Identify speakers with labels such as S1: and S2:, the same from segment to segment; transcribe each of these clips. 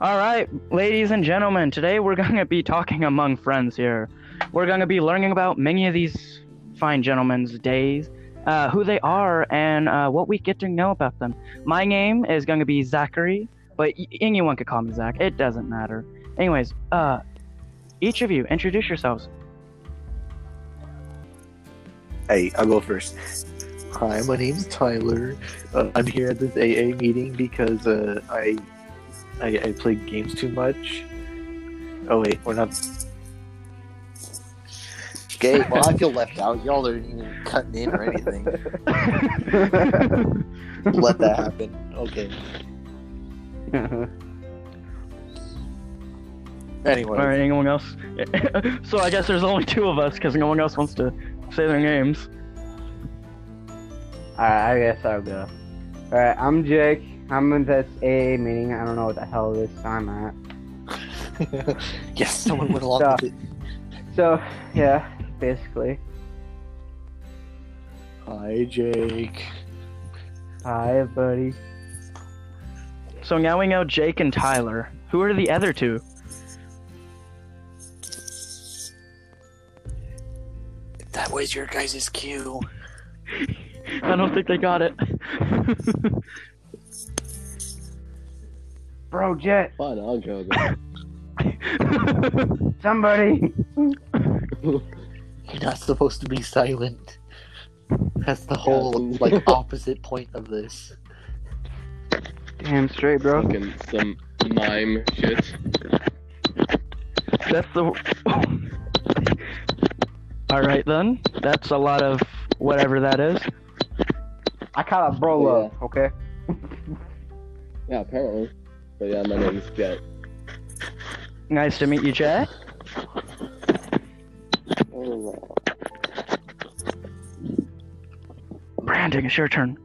S1: All right, ladies and gentlemen, today we're going to be talking among friends here. We're going to be learning about many of these fine gentlemen's days, uh, who they are, and uh, what we get to know about them. My name is going to be Zachary, but y- anyone could call me Zach. It doesn't matter. Anyways, uh, each of you introduce yourselves.
S2: Hey, I'll go first. Hi, my name's Tyler. Uh, I'm here at this AA meeting because uh, I, I I play games too much. Oh wait, we're not.
S3: Gay. Well, I feel left out. Y'all aren't even cutting in or anything. Let that happen. Okay. Anyway,
S1: All right, anyone else? so I guess there's only two of us because no one else wants to say their names.
S4: Alright, I guess I'll go. Alright, I'm Jake. I'm in this AA meeting. I don't know what the hell this I'm at.
S3: yes, someone went along
S4: Stop.
S3: with it.
S4: So, yeah, basically.
S2: Hi, Jake.
S4: Hi, buddy.
S1: So now we know Jake and Tyler. Who are the other two?
S3: That was your guys' cue.
S1: I don't think they got it.
S4: Bro, Jet,
S5: Fine, I'll go then.
S4: somebody.
S3: You're not supposed to be silent. That's the whole
S5: Yeah.
S3: like opposite point of this.
S4: Damn straight, bro.
S5: Fucking some mime shit.
S1: That's the. All right then. That's a lot of whatever that is.
S4: I call it bro love, okay?
S5: Yeah, apparently. But yeah, my name's Jack.
S1: Nice to meet you, Jack. Brandon, it's your turn.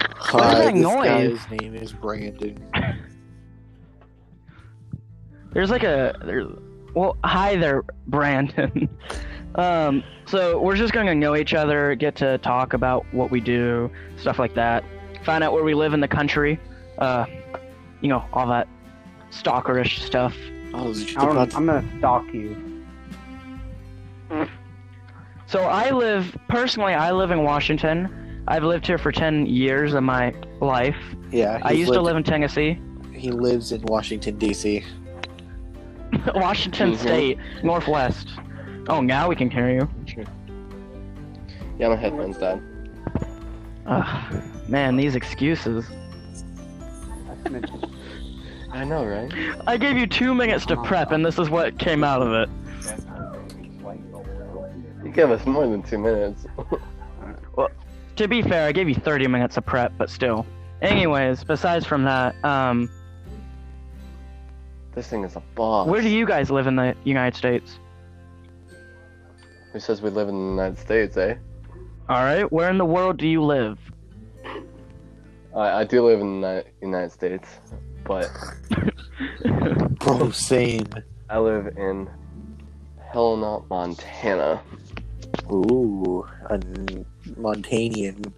S3: Hi,
S1: that
S3: this
S1: noise?
S3: guy's name is Brandon.
S1: There's like a there's well, hi there, Brandon. um, so we're just gonna know each other, get to talk about what we do, stuff like that. Find out where we live in the country. Uh, you know, all that stalkerish stuff.
S3: I was just
S4: I don't,
S3: about to-
S4: I'm gonna stalk you.
S1: So I live personally. I live in Washington. I've lived here for ten years of my life.
S3: yeah,
S1: I
S3: he's
S1: used to
S3: lived-
S1: live in Tennessee,
S3: He lives in Washington D.C.
S1: Washington
S5: Mhm.
S1: State, Northwest. Oh, now we can hear you.
S5: Yeah, my headphones down.
S1: Ugh, man, these excuses.
S5: I know, right?
S1: I gave you two minutes
S4: Oh
S1: to prep, and this is what came out of it.
S5: You gave us more than two minutes.
S1: To be fair, I gave you 30 minutes of prep, but still. Anyways, besides from that, um,
S5: This thing is a boss.
S1: where do you guys live in the United States?
S5: Who says we live in the United States, eh?
S1: All right, where in the world do you live?
S5: I, I do live in the Ni- United States, but
S3: Bro, same.
S5: I live in Helena, Montana.
S3: Ooh, a Montanian.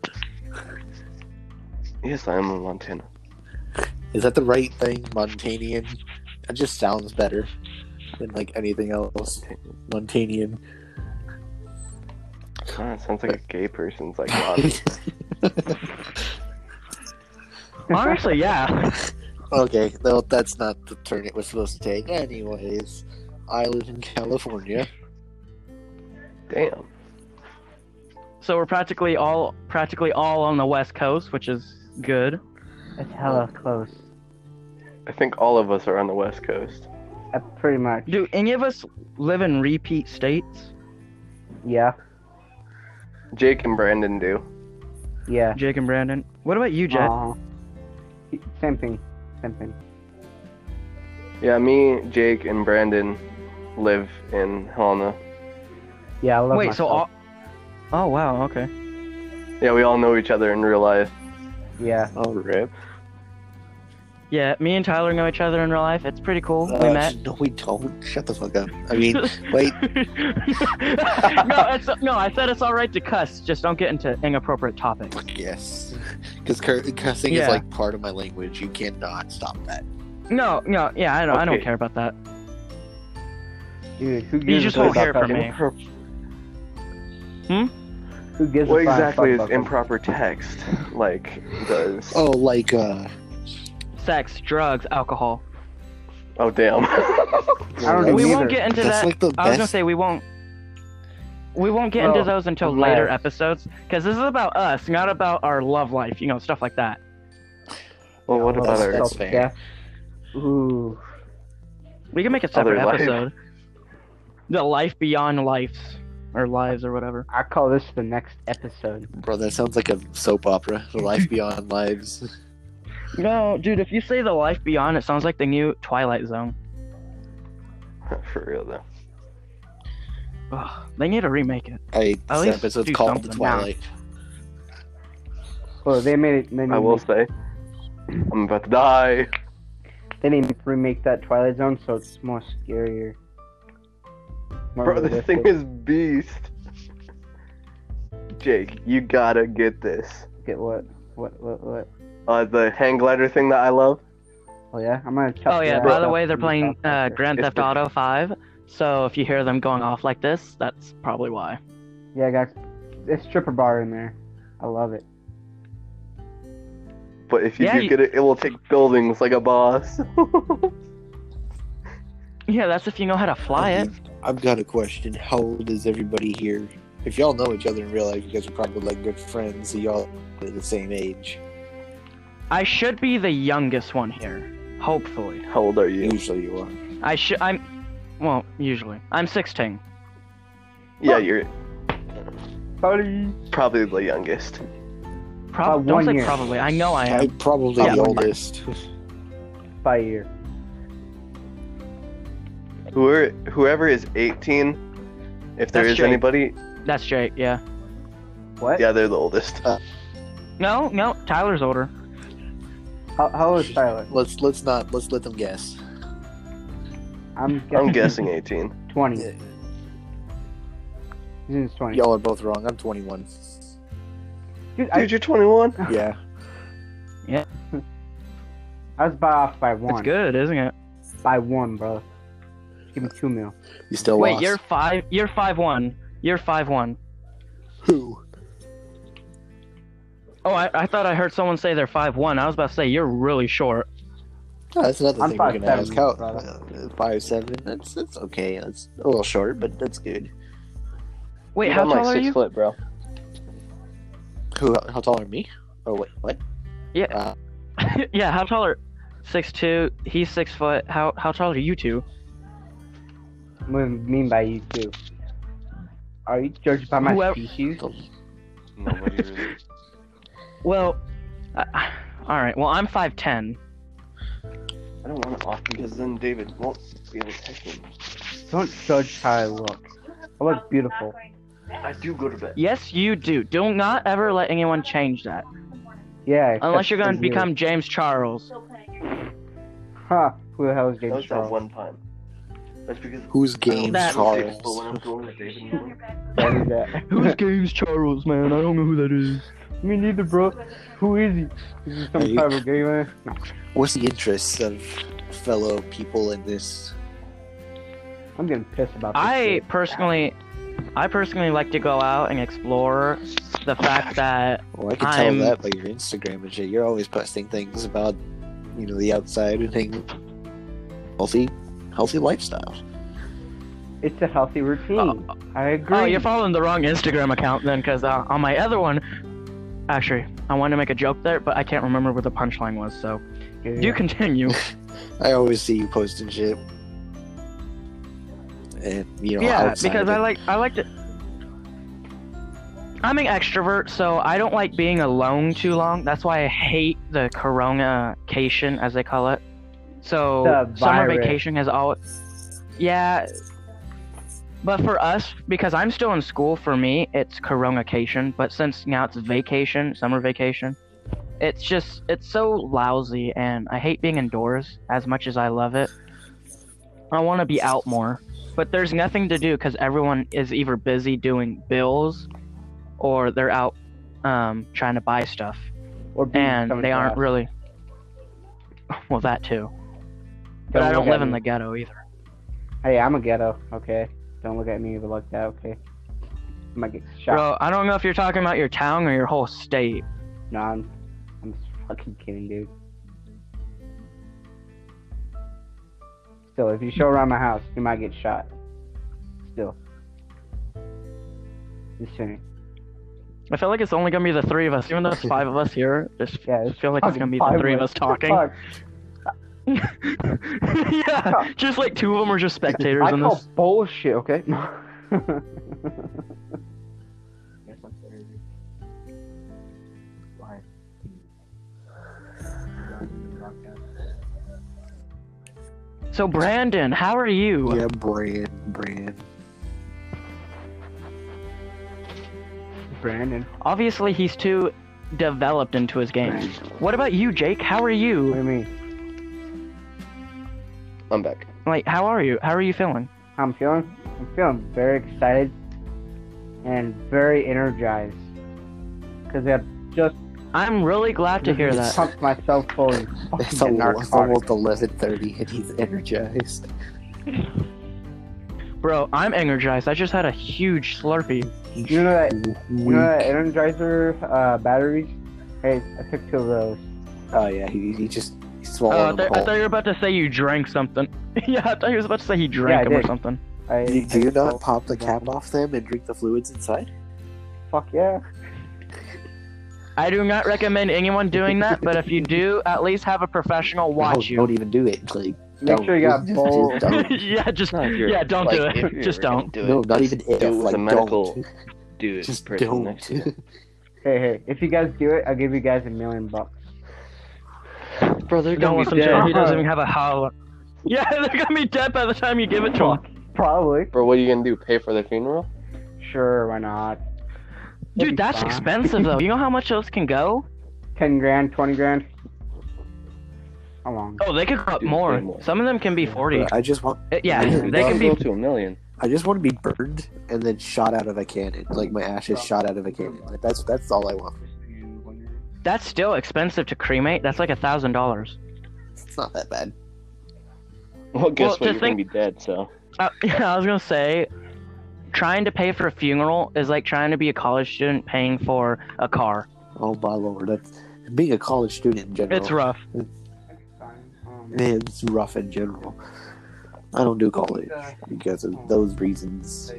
S5: Yes, I am in Montana.
S3: Is that the right thing? Montanian? That just sounds better than like anything else. Montanian.
S5: God, Ah, it sounds like a gay person's like God.
S1: Honestly, yeah.
S3: okay, no, that's not the turn it was supposed to take. Anyways, I live in California.
S5: Damn.
S1: So we're practically all practically all on the West Coast, which is good.
S4: That's hella close.
S5: I think all of us are on the West Coast.
S4: Uh, pretty much.
S1: Do any of us live in repeat states?
S4: Yeah,
S5: Jake and Brandon do.
S4: yeah.
S1: Jake and Brandon. What about you, Jet?
S4: Uh, same thing. Same thing.
S5: Yeah, me, Jake, and Brandon live in Helena.
S4: Yeah, I love
S1: Wait, so
S4: myself.
S1: all. Oh wow, okay.
S5: Yeah, we all know each other in real life.
S4: Yeah.
S3: Oh, rip.
S1: Yeah, me and Tyler know each other in real life. It's pretty cool. we
S3: Uh,
S1: met.
S3: No, we don't. Shut the fuck up. I mean, wait.
S1: no, it's, no, I said it's all right to cuss. Just don't get into inappropriate topics.
S3: Yes, because cussing
S1: Yeah.
S3: is like part of my language. You cannot stop that.
S1: No, no, yeah, I don't, I don't
S2: Okay.
S1: care about that.
S4: Dude, who gives
S1: You
S4: a
S1: just
S4: fuck
S1: won't
S4: about
S1: hear it from
S4: cussing?
S1: me. Hmm?
S4: Who gives
S5: What
S4: a fuck
S5: exactly is
S4: about cussing?
S5: improper text? Like, does.
S3: Oh, like uh,
S1: Sex, drugs, alcohol.
S5: Oh, damn.
S4: I don't
S3: like-
S4: know
S1: we
S4: either.
S1: won't get into
S3: That's
S1: that.
S3: like the
S1: I was gonna
S3: best.
S1: say we won't. We won't get into
S4: Well,
S1: those until later
S4: unless-
S1: episodes because this is about us, not about our love life. You know, stuff like that.
S4: Oh,
S5: well, what about our.
S3: That's fair.
S4: Yeah. Ooh.
S1: We can make a
S5: Other
S1: separate
S5: life.
S1: episode. The life beyond lives or lives or whatever.
S4: I call this the next episode.
S3: Bro, that sounds like a soap opera. The Life Beyond Lives.
S1: No, dude, if you say the life beyond, it sounds like the new Twilight Zone.
S5: For real, though.
S1: Ugh, they need to remake it.
S3: I
S1: At
S3: this
S1: least
S3: episode's
S1: do
S3: called
S1: something.
S3: The Twilight.
S4: Well, they made it. They made,
S5: I will say, I'm about to die.
S4: They didn't remake that Twilight Zone, so it's more scarier. More
S5: Bro, this
S4: realistic.
S5: thing is beast. Jake, you gotta get this.
S4: Get what? What? What? What?
S5: Uh, the hang glider thing that I love.
S4: Oh yeah, I'm gonna.
S1: Oh
S4: chop
S1: yeah,
S4: your
S1: by
S4: ass
S1: the
S4: up
S1: way, they're
S4: in the
S1: playing
S4: top
S1: uh,
S4: after.
S1: Grand
S5: It's
S1: Theft
S5: the-
S1: Auto 5, so if you hear them going off like this, that's probably why.
S4: Yeah, guys, there's stripper bar in there. I love it.
S5: But if you
S1: Yeah,
S5: do
S1: you-
S5: get it, it will take buildings like a boss.
S1: Yeah, that's if you know how to fly it.
S3: I've got a question. How old is everybody here? If y'all know each other in real life, you guys are probably like good friends. So y'all are the same age.
S1: I should be the youngest one here, hopefully.
S5: How old are you?
S3: Usually you are.
S1: I should. I'm. Well, usually I'm 16.
S5: Yeah, you're
S4: Sorry.
S5: probably the youngest.
S1: Prob-
S4: About
S1: don't
S4: one
S1: say
S4: year.
S1: probably. I
S3: Oh,
S1: know I am.
S3: I'm probably
S1: Yeah.
S3: the oldest.
S4: By year.
S5: Whoever, whoever is 18, if there
S1: That's
S5: is
S1: Jake.
S5: anybody,
S1: That's Jake. Yeah.
S4: What?
S5: yeah, they're the oldest.
S1: No, no. Tyler's older.
S4: How, how old is Tyler?
S3: Let's let's not let's let them guess.
S4: I'm guessing,
S5: I'm guessing 18.
S4: 20. He's
S3: Yeah,
S4: in his 20s.
S3: Y'all are both wrong. I'm 21.
S4: Dude, I,
S5: Dude, you're 21.
S3: Yeah.
S4: I was by off by one.
S1: It's good, isn't it?
S4: By one, bro. Give me two mil.
S3: You still
S1: Wait,
S3: lost.
S1: you're five. You're five one. You're five one.
S3: who?
S1: Oh, I, I thought I heard someone say they're five one. I was about to say you're really short.
S3: Oh, that's another
S4: I'm
S3: thing we're
S4: five
S3: gonna
S4: seven,
S3: ask. How
S4: brother.
S3: uh, five seven? That's that's okay. That's a little short, but that's good.
S1: Wait,
S5: Dude,
S1: how
S5: I'm
S1: tall
S5: like
S1: are
S5: six
S1: you?
S5: foot, bro.
S3: Who? How tall are me? Oh wait, what?
S1: yeah, how tall are? Six two. He's six foot. How how tall are you two?
S4: What do you mean by you two? Are you judged by my
S1: Whoever-
S4: species?
S5: Nobody really.
S1: Well, uh, all right. Well, I'm five ten.
S5: I don't want to off because then David won't be able to text me.
S4: Don't judge how I look. I look beautiful.
S5: I do go to bed.
S1: Yes, you do. Do not ever let anyone change that.
S4: Yeah.
S1: Unless
S4: except
S1: you're going
S4: for
S1: to
S4: you.
S1: become James Charles.
S4: Huh. Who the hell is
S5: That
S4: James
S5: was that
S4: Charles?
S5: one time. That's because
S3: Who's Games
S1: That-
S5: But when
S3: Charles?
S5: I'm going to David,
S4: Who is that?
S1: Who's James Charles, man? I don't know who that is.
S4: Me neither, bro. Who is he? Is he some
S3: Are you-
S4: type of gay man? No.
S3: What's the interests of fellow people in this?
S4: I'm getting pissed about this.
S1: I
S4: shit.
S1: personally, I personally like to go out and explore the fact that
S3: Well, Oh, I can
S1: I'm-
S3: tell that by your Instagram and shit. You're always posting things about, you know, the outside and things. Healthy, healthy lifestyle.
S4: It's a healthy routine. I agree.
S1: oh, you're following the wrong Instagram account then, because uh, on my other one, actually, I wanted to make a joke there, but I can't remember what the punchline was. So
S4: Yeah.
S1: do continue.
S3: I always see you posting shit. And you know,
S1: yeah,
S3: outside
S1: because I
S3: and-
S1: like I like to. I'm an extrovert, so I don't like being alone too long. That's why I hate the Corona cation, as they call it. So
S4: The
S1: summer
S4: virus.
S1: vacation has always. Yeah. But for us, because I'm still in school, for me it's Corona cation. But since now it's vacation, summer vacation, It's just it's so lousy, and I hate being indoors as much as I love it. I want to be out more, but there's nothing to do because everyone is either busy doing bills, or they're out um, trying to buy stuff,
S4: Or bees
S1: and
S4: Mm, coming
S1: they
S4: to
S1: aren't
S4: us.
S1: really. Well, that too. But I
S4: look
S1: don't
S4: at
S1: live in
S4: me.
S1: the ghetto either.
S4: Hey, I'm a ghetto. Okay, don't look at me even like that. Okay, I might get shot.
S1: Bro, I don't know if you're talking about your town or your whole state.
S4: No, I'm, I'm just fucking kidding, dude. Still, if you show around my house, you might get shot. Still. Just kidding.
S1: I feel like it's only gonna be the three of us. Even though it's five of us here, just
S4: Yeah,
S1: I feel like it's gonna be the
S4: Fucking
S1: three of us
S4: five
S1: talking.
S4: Fuck.
S1: yeah, just like two of them are just spectators
S4: I
S1: in
S4: call
S1: this.
S4: bullshit. Okay.
S1: So Brandon, how are you?
S3: Yeah, brand, brand.
S4: Brandon,
S1: Obviously, he's too developed into his game. What about you, Jake? How are
S4: what do
S1: you?
S4: you mean?
S5: I'm back.
S1: Like, how are you? How are you feeling?
S4: How I'm feeling? I'm feeling very excited and very energized because I just
S1: I'm really glad to hear that.
S4: pumped myself full of
S3: It's,
S4: fucking
S3: al- it's almost
S4: narcotics.
S3: eleven thirty, and he's energized.
S1: Bro, I'm energized. I just had a huge Slurpee.
S4: You know that You know
S3: Weak.
S4: that Energizer uh, batteries? Hey, I took two of those.
S3: Oh yeah, he, he just he
S1: Oh, I,
S3: swallowed
S1: thought-
S3: them
S1: I
S3: whole.
S1: thought you were about to say you drank something. yeah, I thought he was about to say he drank
S4: I
S1: him or
S4: did.
S1: something.
S4: I,
S3: Do, do you
S4: I-
S3: not pop the cap off them and drink the fluids inside?
S4: Fuck yeah.
S1: I do not recommend anyone doing that, but if you do, at least have a professional
S3: no,
S1: watch you.
S3: Don't even do it. Like,
S4: Make
S3: don't.
S4: sure you got
S3: Just-
S4: bowl.
S3: just don't.
S1: yeah, just
S5: No, if you're-
S1: yeah, don't do
S5: like, if
S1: it.
S5: you're
S1: Just
S5: gonna
S1: don't.
S5: Do it.
S3: No, not even
S5: do
S3: if.
S5: it with
S3: Like,
S5: a medical
S3: don't.
S5: dude
S3: Just
S5: person
S3: don't.
S5: next to you.
S4: Hey, hey, if you guys do it, I'll give you guys a million bucks.
S5: Bro, they're
S1: Don't
S5: gonna
S1: listen
S5: be
S1: to
S5: dead.
S1: him. He doesn't even have a howl. Yeah, they're gonna be dead by the time you give it to him.
S4: Probably.
S5: Bro, what are you gonna do? Pay for the funeral?
S4: Sure, why not? It'd be
S1: Dude, that's
S4: fine.
S1: expensive though. You know how much those can go?
S4: 10 grand, 20 grand? How long?
S1: Oh, they could go up
S5: Dude,
S1: more.
S5: way more.
S1: Some of them can be forty.
S3: I just want.
S1: Uh, Yeah,
S3: Dude,
S1: they can
S5: That'll
S1: be.
S5: go to a million.
S3: I just want to be burned and then shot out of a cannon. Like my ashes shot out of a cannon. Like, that's that's all I want.
S1: That's still expensive to cremate. That's like a thousand dollars.
S3: It's not that bad.
S5: Well, guess
S1: to
S5: what? You're gonna
S1: think-
S5: be dead. So
S1: Uh, yeah, I was gonna say, trying to pay for a funeral is like trying to be a college student paying for a car.
S3: Oh my lord, that's being a college student in general.
S1: It's rough.
S4: Um,
S3: Man, it's rough in general. I don't do college because of those reasons.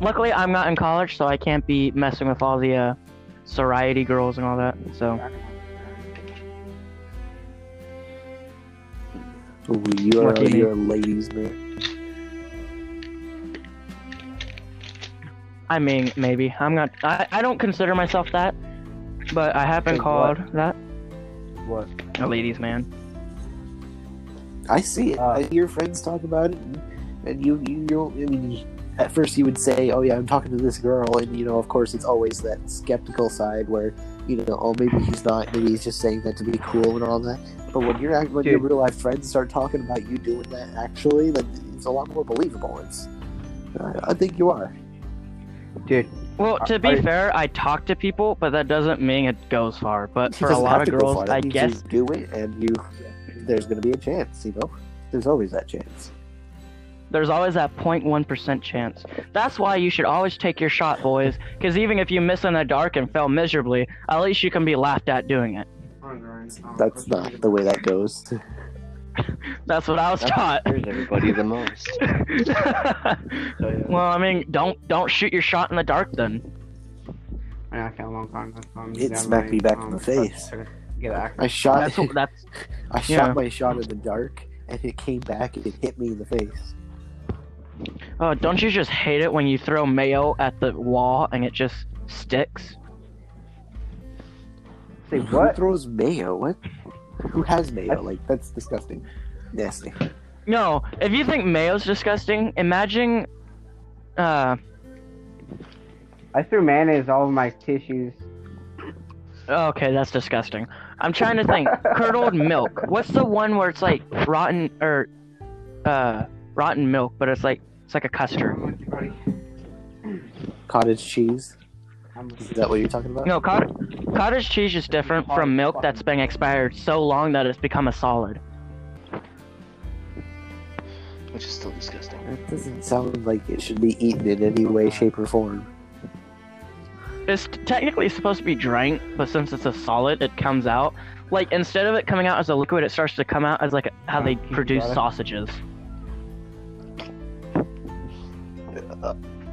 S1: Luckily, I'm not in college, so I can't be messing with all the uh, sorority girls and all that. So
S3: Ooh, You are
S1: What do you mean?
S3: you are ladies man.
S1: I mean, maybe I'm not. I, I don't consider myself that, but I have been
S4: Like
S1: called that.
S4: What?
S1: A ladies' man.
S3: I see it.
S4: Uh.
S3: I hear friends talk about it, and- and you you you. don't- I mean, at first you would say, "Oh yeah, I'm talking to this girl," and you know, of course, it's always that skeptical side where you know, oh maybe he's not, maybe he's just saying that to be cool and all that. But when you're act- when your
S4: Dude.
S3: real life friends start talking about you doing that, actually, then it's a lot more believable. It's I, I think you are.
S4: Dude,
S1: Well, to be
S4: I-
S1: fair, I talk to people, but that doesn't mean it goes far. But
S3: It
S1: for a
S3: doesn't
S1: lot
S3: have
S1: of
S3: to go far.
S1: girls,
S3: That
S1: I
S3: means
S1: guess
S3: you do it, and you there's going to be a chance. You know, there's always that chance.
S1: there's always that 0.1% chance. That's why you should always take your shot, boys, because even if you miss in the dark and fail miserably, at least you can be laughed at doing it.
S3: That's not the way that goes.
S1: That's what I was taught.
S5: Here's everybody the most.
S1: well, I mean, don't don't shoot your shot in the dark then.
S4: I know, I can't long time. Um,
S3: It
S4: down
S3: smacked
S4: my,
S3: me back in the
S4: um,
S3: face.
S4: Get back.
S3: I shot,
S1: That's that's
S3: I shot
S1: yeah.
S3: my shot in the dark, and it came back and it hit me in the face.
S1: Oh, don't you just hate it when you throw mayo at the wall and it just sticks?
S4: Say
S3: Who
S4: what?
S3: throws mayo? What? Who has mayo? Like that's disgusting. Nasty.
S1: No, if you think mayo's disgusting, imagine uh
S4: I threw mayonnaise all over my tissues.
S1: Okay, that's disgusting. I'm trying to think. Curdled milk. What's the one where it's like rotten or uh rotten milk, but it's like it's like a custard.
S3: Cottage cheese.
S4: I'm,
S3: Is that what you're talking about?
S1: No, cot- cottage cheese is different from milk that's been expired so long that it's become a solid.
S5: which is still disgusting.
S3: That doesn't sound like it should be eaten in any way, shape, or form.
S1: It's technically supposed to be drank, but since it's a solid, it comes out like instead of it coming out as a liquid, it starts to come out as like how they produce
S4: got it.
S1: sausages.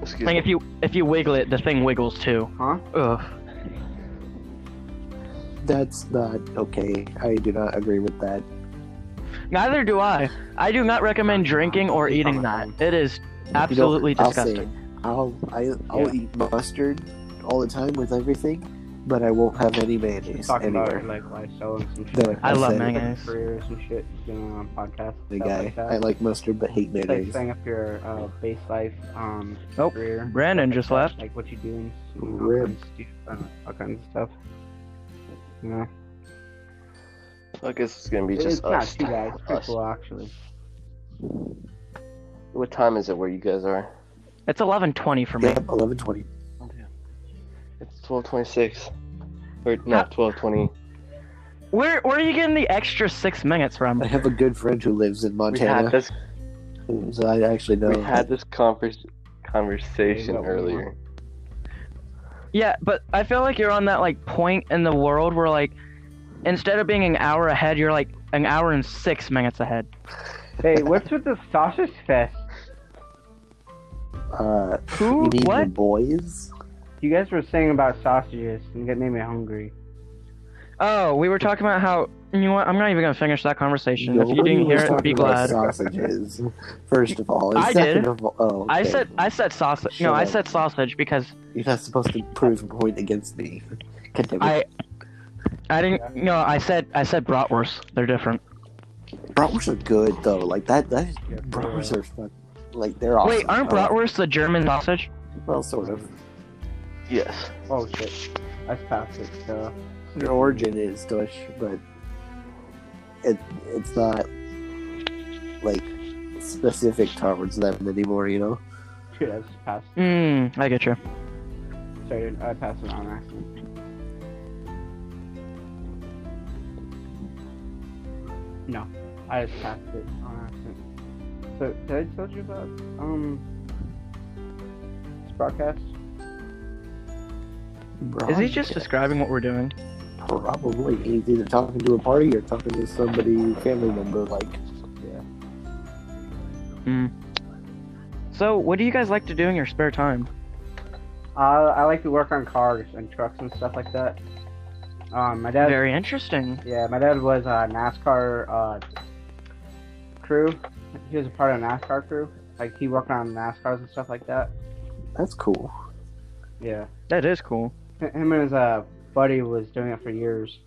S5: Excuse
S1: Like
S5: me.
S1: if you if you wiggle it, the thing wiggles too.
S4: huh?
S1: Ugh.
S3: That's not okay. I do not agree with that.
S1: Neither do I. I do not recommend drinking or eating that. It is absolutely
S3: you know,
S1: disgusting.
S3: I'll say, I'll I, will i will eat mustard all the time with everything, but I won't have any mayonnaise
S4: talking about it,
S3: anywhere.
S4: like Lysol and some shit.
S3: Then
S1: I love
S3: said,
S1: mango. Mayonnaise.
S4: Career or some shit you know, on podcast.
S3: The
S4: stuff
S3: guy,
S4: Like
S3: I
S4: that.
S3: like mustard but hate
S4: It's like
S3: mayonnaise.
S4: setting up your uh, base life um
S1: Oh,
S4: career.
S1: Brandon just left.
S4: Like what you do and all
S3: Rib.
S4: kinds of stu- I don't know, all kinds of stuff. You know,
S5: I guess it's gonna be
S4: it's
S5: just
S4: not
S5: us.
S4: too bad. It's pretty
S5: Us.
S4: cool actually.
S5: What time is it where you guys are?
S1: It's 11:20 for me.
S3: Yep, eleven twenty.
S5: It's twelve twenty-six. Or no, twelve twenty.
S1: Where where are you getting the extra six minutes from?
S3: I have a good friend who lives in
S5: We had
S3: Montana,
S5: this.
S3: so I actually know.
S5: We had this convers- conversation
S4: Yeah, you got one
S5: earlier.
S1: Yeah, but I feel like you're on that like point in the world where like instead of being an hour ahead, you're like an hour and six minutes ahead.
S4: Hey, what's with the sausage fest?
S3: uh,
S1: Who?
S3: you mean the
S1: What?
S3: boys?
S4: You guys were saying about sausages, and that made me hungry.
S1: Oh, we were talking about how you know what? I'm not even gonna finish that conversation. if you
S3: Nobody
S1: didn't hear
S3: was
S1: it,
S3: talking
S1: be
S3: about
S1: glad.
S3: Sausages. First of all, and
S1: I
S3: second
S1: did.
S3: of all, oh,
S1: I
S3: okay.
S1: said I said sausage. No,
S3: Shut
S1: I
S3: up.
S1: said sausage because
S3: you're not supposed to prove a point against me. Continue.
S1: I I didn't. No, I said I said bratwurst. They're different.
S3: Bratwurst are good though. Like that. That is,
S4: Yeah,
S3: bratwurst are fun. Like they're awesome.
S1: Wait, aren't
S3: Oh,
S1: bratwursts the German sausage?
S3: Well, sort of.
S5: Yes.
S4: Oh shit, that's past it. So
S3: Their origin is Deutsch, but it it's not like specific towards them anymore. You know.
S4: dude, I just passed.
S1: Mmm, I get you.
S4: Sorry, I passed it on accident. No, I just passed it on accident. So did I tell you about um this broadcast?
S1: Is he just describing what we're doing?
S3: Probably. He's either talking to a party or talking to somebody, family member, like.
S1: So, what do you guys like to do in your spare time?
S4: Uh, I like to work on cars and trucks and stuff like that. Um, my dad
S1: Very interesting.
S4: Yeah, my dad was a NASCAR uh, crew. He was a part of a NASCAR crew. Like he worked on NASCARs and stuff like that.
S3: That's cool.
S4: Yeah,
S1: That is cool.
S4: H- him and his uh, buddy was doing it for years.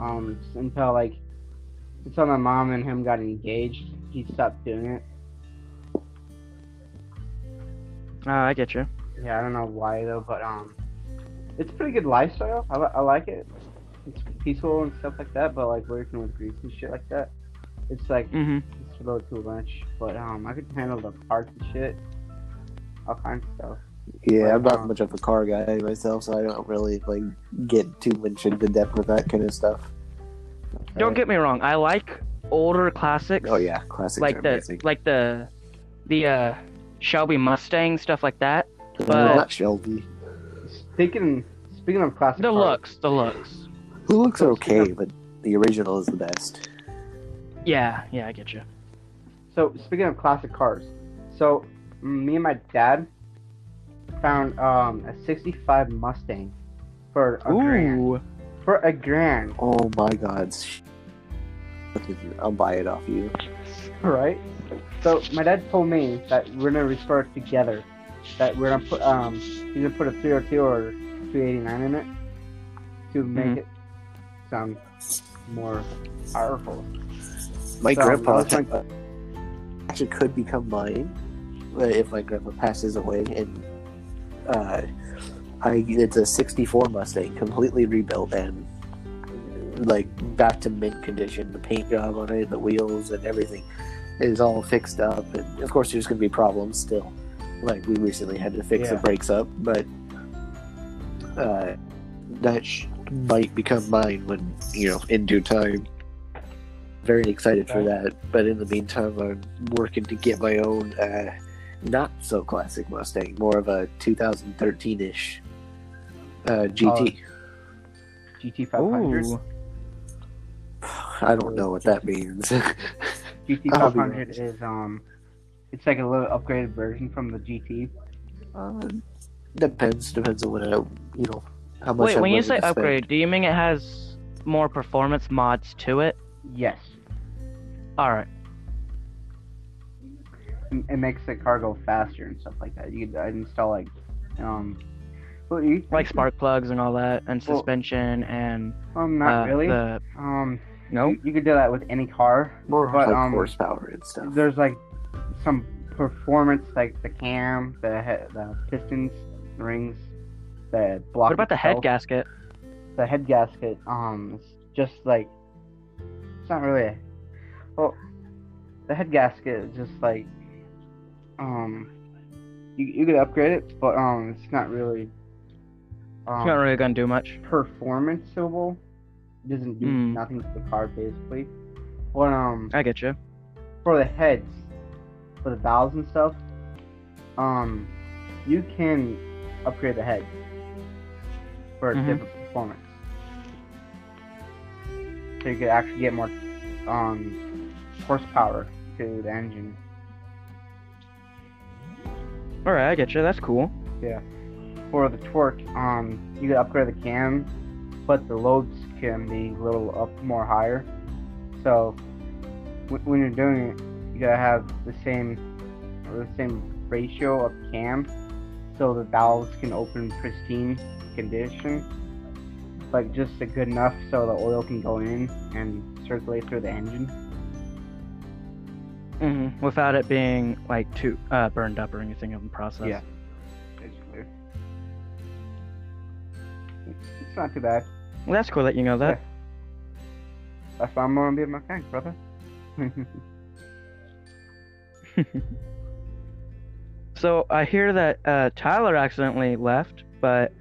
S4: Um, until like until my mom and him got engaged, he stopped doing it.
S1: Ah, I get you.
S4: Yeah, I don't know why though, but um, it's a pretty good lifestyle. I, li- I like it. It's peaceful and stuff like that. But like working with Greece and shit like that, it's like
S1: Mm-hmm.
S4: It's a little too much, but um, I could handle the parts and shit, all kinds of stuff.
S3: Yeah, I'm
S4: Wow.
S3: not much of a car guy myself, so I don't really like get too much into depth with that kind of stuff.
S1: Don't get me wrong. I like older classics.
S3: Oh yeah, classics
S1: Like
S3: are
S1: the
S3: amazing.
S1: like the the uh Shelby Mustang stuff like that.
S3: No,
S1: but-
S3: not Shelby.
S4: Speaking speaking of classic,
S1: The
S4: cars,
S1: looks, the looks.
S3: It looks okay, but the original is the best.
S1: Yeah, yeah, I get you.
S4: So speaking of classic cars, so me and my dad found um a '65 Mustang for a grand.
S1: Ooh.
S4: For a grand,
S3: Oh my god. sh- I'll buy it off you.
S4: right? So my dad told me that we're gonna restore it together. That we're gonna put um, he's gonna put a 302 or 289 in it to make
S1: Mhm.
S4: it sound more powerful.
S3: My
S4: So,
S3: grandpa
S4: I was like-
S3: actually could become mine uh, if my grandpa passes away and uh, I it's a '64 Mustang, completely rebuilt and like back to mint condition. The paint job on it, the wheels, and everything is all fixed up. And of course, there's going to be problems still. Like we recently had to fix the
S4: Yeah.
S3: brakes up, but uh, that sh- might become mine when you know in due time. Very excited for that, but in the meantime, I'm working to get my own uh, not so classic Mustang, more of a 2013 ish uh, GT.
S4: GT 500.
S1: Ooh.
S4: Uh,
S3: I don't know what that means.
S4: GT
S3: I'll be
S4: 500 is um, it's like a little upgraded version from the GT.
S3: uh,
S1: Um,
S3: depends. Depends on what I, you know, how much.
S1: Wait,
S3: I'm
S1: when you
S3: willing
S1: say
S3: to spend.
S1: upgrade, do you mean it has more performance mods to it?
S4: Yes,
S1: All right.
S4: it it makes the car go faster and stuff like that. You could uh, install like, um, well, you,
S1: Like spark plugs and all that, and
S4: Mm-hmm. Well,
S1: suspension and
S4: um, not
S1: uh,
S4: really.
S1: the
S4: Um,
S1: no.
S4: you could do that with any car.
S3: more
S4: but,
S3: like
S4: um,
S3: horsepower and stuff.
S4: There's like some performance, like the cam, the he- the pistons, the rings, the block.
S1: What about the head
S4: itself.
S1: gasket?
S4: the head gasket um it's just like it's not really a, well the head gasket is just like um you, you could upgrade it but um it's not really um
S1: It's
S4: Oh.
S1: not really gonna do much.
S4: performanceable it doesn't do
S1: Mm.
S4: nothing to the car basically but um
S1: I get you.
S4: for the heads for the valves and stuff um you can upgrade the head for a
S1: Mhm.
S4: different performance so you could actually get more um horsepower to the engine
S1: All right, I get you. That's cool.
S4: for the torque um you could upgrade the cam but the lobes can be a little up more higher so w- when you're doing it you gotta have the same or the same ratio of cam so the valves can open pristine condition like just a good enough so the oil can go in and circulate through the engine
S1: hmm Without it being like too uh, burned up or anything in the process.
S4: Yeah. basically it's not too bad
S1: Well, that's cool that you know that.
S4: that's why i'm gonna be a mechanic brother
S1: So I hear that uh, Tyler accidentally left, but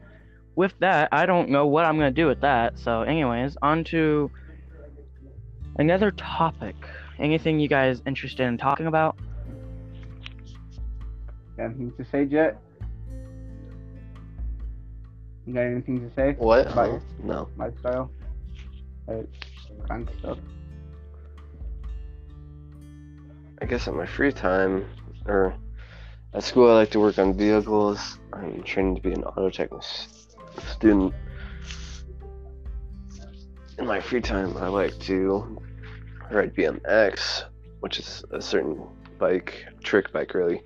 S1: with that, I don't know what I'm gonna do with that. So, anyways, on to another topic. Anything you guys interested in talking about?
S4: Got anything to say, Jet? You got anything to say?
S5: What?
S4: About your
S5: No.
S4: lifestyle? Like, kind of stuff?
S5: I guess at my free time, or at school, I like to work on vehicles. I'm training to be an auto tech s- student. In my free time, I like to ride BMX, which is a certain bike, trick bike, really.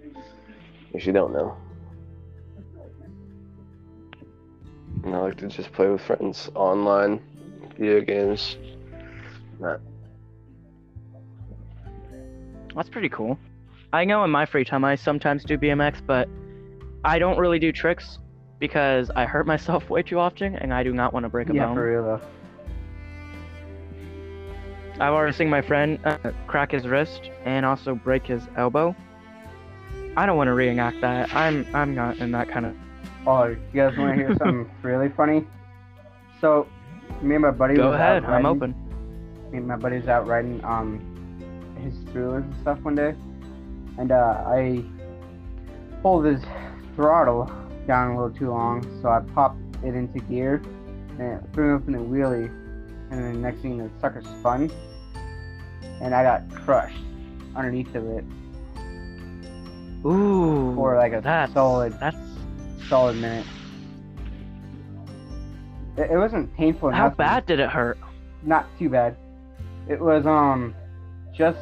S5: If you don't know. And I like to just play with friends online, video games.
S1: That's pretty cool. I know in my free time I sometimes do BMX, but I don't really do tricks because I hurt myself way too often, and I do not want to break a
S4: Yeah,
S1: bone.
S4: for real though.
S1: I've already seen my friend uh, crack his wrist and also break his elbow. I don't want to reenact that. I'm I'm not in that kind of.
S4: Oh, you guys want to hear something really funny? So, me and my buddy
S1: Go
S4: was
S1: ahead,
S4: out
S1: I'm
S4: riding-
S1: open.
S4: me and my buddy's out riding um his thrillers and stuff one day, and uh, I pulled his throttle down a little too long, so I popped it into gear and it threw open the wheelie, and then next thing the sucker spun, and I got crushed underneath of it
S1: Ooh,
S4: for like a
S1: that's
S4: solid
S1: That's
S4: solid minute. It, it wasn't painful.
S1: how
S4: enough.
S1: bad did it hurt?
S4: not too bad. It was um, just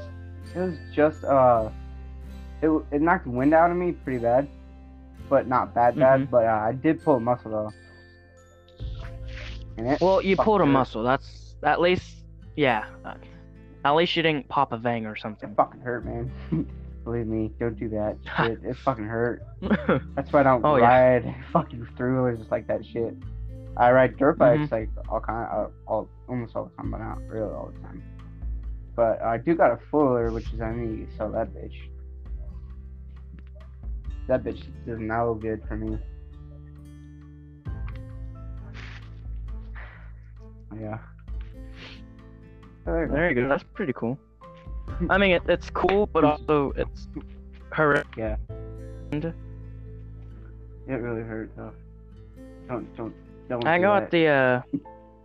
S4: it was just uh, it w- it knocked wind out of me pretty bad, but not bad bad. But uh, I did pull a muscle though. And it,
S1: Well, you
S4: Fuck
S1: pulled a
S4: her.
S1: muscle. That's at least yeah. uh, At least you didn't pop a vein or
S4: it
S1: something.
S4: fucking hurt, man. Believe me, don't do that. Shit, it fucking hurt. That's why I don't
S1: Oh, yeah.
S4: ride fucking through just like that shit. I ride dirt
S1: Mm-hmm.
S4: bikes like all kind of all almost all the time, but not really all the time. But I do got a fuller, which is on me, so that bitch. That bitch does not look good for me. Yeah. So there you go.
S1: There you go. That's pretty cool. I mean, it, it's cool, but also it's horrific.
S4: Yeah. It really hurt though. Don't don't don't.
S1: I
S4: do
S1: got
S4: that.
S1: the uh,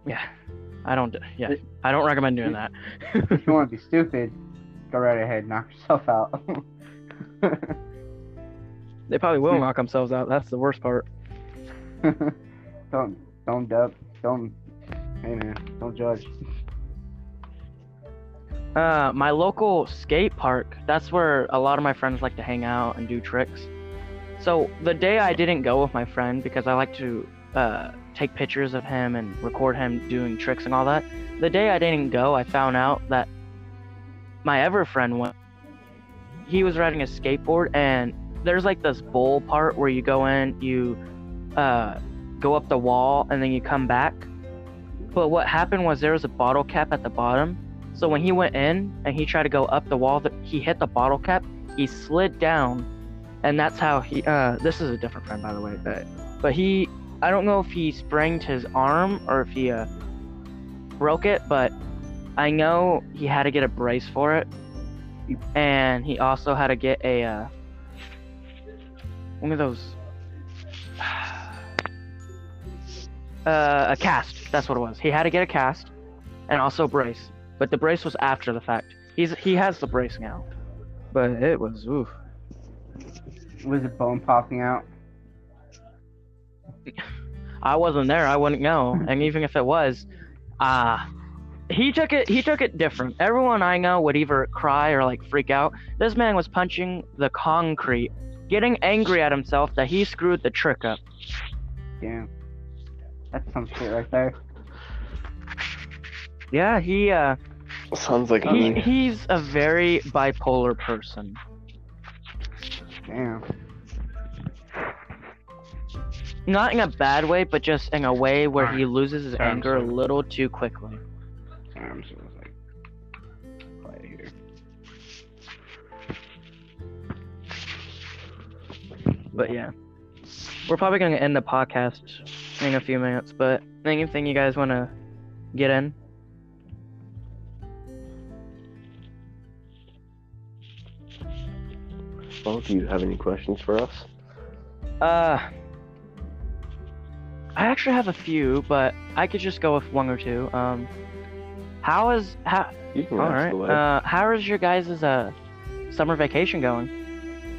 S1: yeah. I don't. d- Yeah, I don't recommend doing that.
S4: If you want to be stupid, go right ahead, knock yourself out.
S1: they probably will knock themselves out. That's the worst part.
S4: don't don't dub don't. Hey man, don't judge.
S1: Uh, my local skate park. That's where a lot of my friends like to hang out and do tricks. So the day I didn't go with my friend because I like to uh, take pictures of him and record him doing tricks and all that. The day I didn't go, I found out that my ever friend went. He was riding a skateboard, and there's like this bowl part where you go in, you uh, go up the wall, and then you come back. But what happened was there was a bottle cap at the bottom, so when he went in and he tried to go up the wall, th- he hit the bottle cap. He slid down, and that's how he. Uh, this is a different friend, by the way. But, but he, I don't know if he sprained his arm or if he uh, broke it, but I know he had to get a brace for it, and he also had to get a uh, one of those. Uh, a cast. That's what it was. He had to get a cast, and also a brace but the brace was after the fact. He's he has the brace now, but it was oof.
S4: Was it bone popping out?
S1: I wasn't there. I wouldn't know. And even if it was, uh he took it. He took it different. Everyone I know would either cry or like freak out. This man was punching the concrete, getting angry at himself that he screwed the trick up.
S4: Damn. That's some shit right there.
S1: Yeah, he uh
S5: Sounds like
S1: he,
S5: me.
S1: he's a very bipolar person.
S4: Damn.
S1: Not in a bad way, but just in a way where he loses his
S4: Alright,
S1: anger a
S4: so-
S1: little too quickly.
S4: Sorry, I'm just like quiet here.
S1: But yeah, we're probably gonna end the podcast in a few minutes. But anything you guys wanna get in?
S5: Well, do you have any questions for us?
S1: Uh, I actually have a few, but I could just go with one or two. Um, how is how?
S5: You can
S1: all
S5: ask
S1: right.
S5: away.
S1: Uh, how is your guys' uh summer vacation going?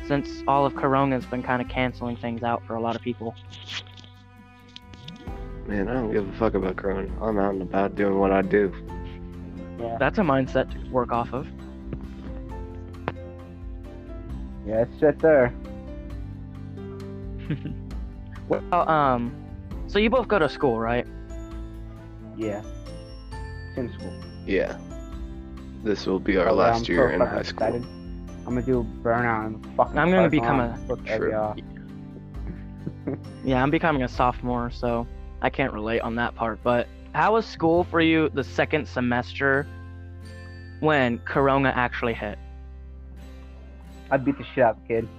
S1: Since all of Corona's been kind of canceling things out for a lot of people.
S5: Man, I don't give a fuck about Corona. I'm out and about doing what I do.
S4: Yeah.
S1: That's a mindset to work off of.
S4: Yeah, it's right there.
S1: Well, um, so you both go to school, right?
S4: Yeah. Same school.
S5: Yeah. This will be our
S4: Oh, yeah, I'm
S5: last
S4: so
S5: year in
S4: fucking
S5: high school.
S4: excited. I'm gonna do a burnout and fucking.
S1: I'm gonna
S4: parking
S1: become
S4: lot. Fuck every
S5: True.
S4: hour.
S1: Yeah, I'm becoming a sophomore, so I can't relate on that part. But how was school for you the second semester when Corona actually hit?
S4: I beat the shit out of the kid.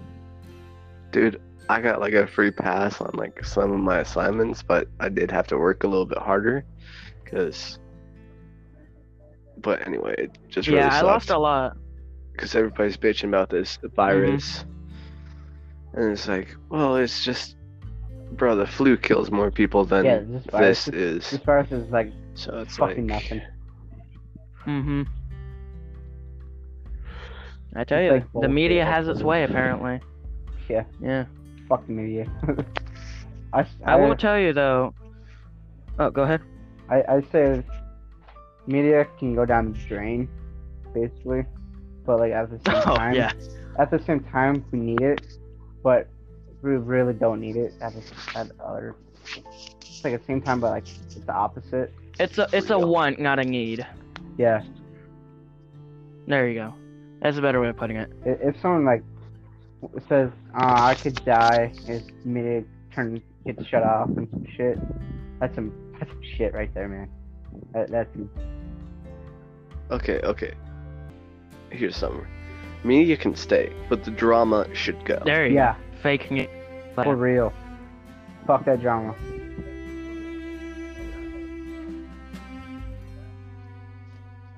S5: Dude, I got like a free pass on like some of my assignments, but I did have to work a little bit harder because. But anyway, it just really
S1: yeah, I lost
S5: sucked
S1: a lot.
S5: because everybody's bitching about this virus,
S1: Mm-hmm.
S5: and it's like, well, it's just, bro, the flu kills more people than
S4: yeah, this virus.
S5: this
S4: This,
S5: is.
S4: virus is like
S5: So it's
S4: fucking
S5: like,
S4: nothing.
S1: Mm-hmm. I tell you,
S4: like
S1: the
S4: bullshit,
S1: media
S4: like
S1: has its
S4: bullshit.
S1: way apparently.
S4: Yeah.
S1: Yeah.
S4: Fucking media. I, s-
S1: I will tell you though. Oh, go ahead.
S4: I, I say media can go down the drain, basically. But like at the same
S1: Oh
S4: time,
S1: yeah.
S4: at the same time we need it, but we really don't need it at the at the other. It's like at the same time, but like it's the opposite.
S1: It's a it's a want, not a need.
S4: Yeah,
S1: There you go. That's a better way of putting it.
S4: I- If someone like w- says, uh, "I could die," is me to turn get shut off and some shit. That's some that's some shit right there, man. That, that's some
S5: Okay, okay. Here's something. Media can stay, but the drama should go.
S1: There you
S4: yeah,
S1: go. Faking it.
S4: for real. Fuck that drama.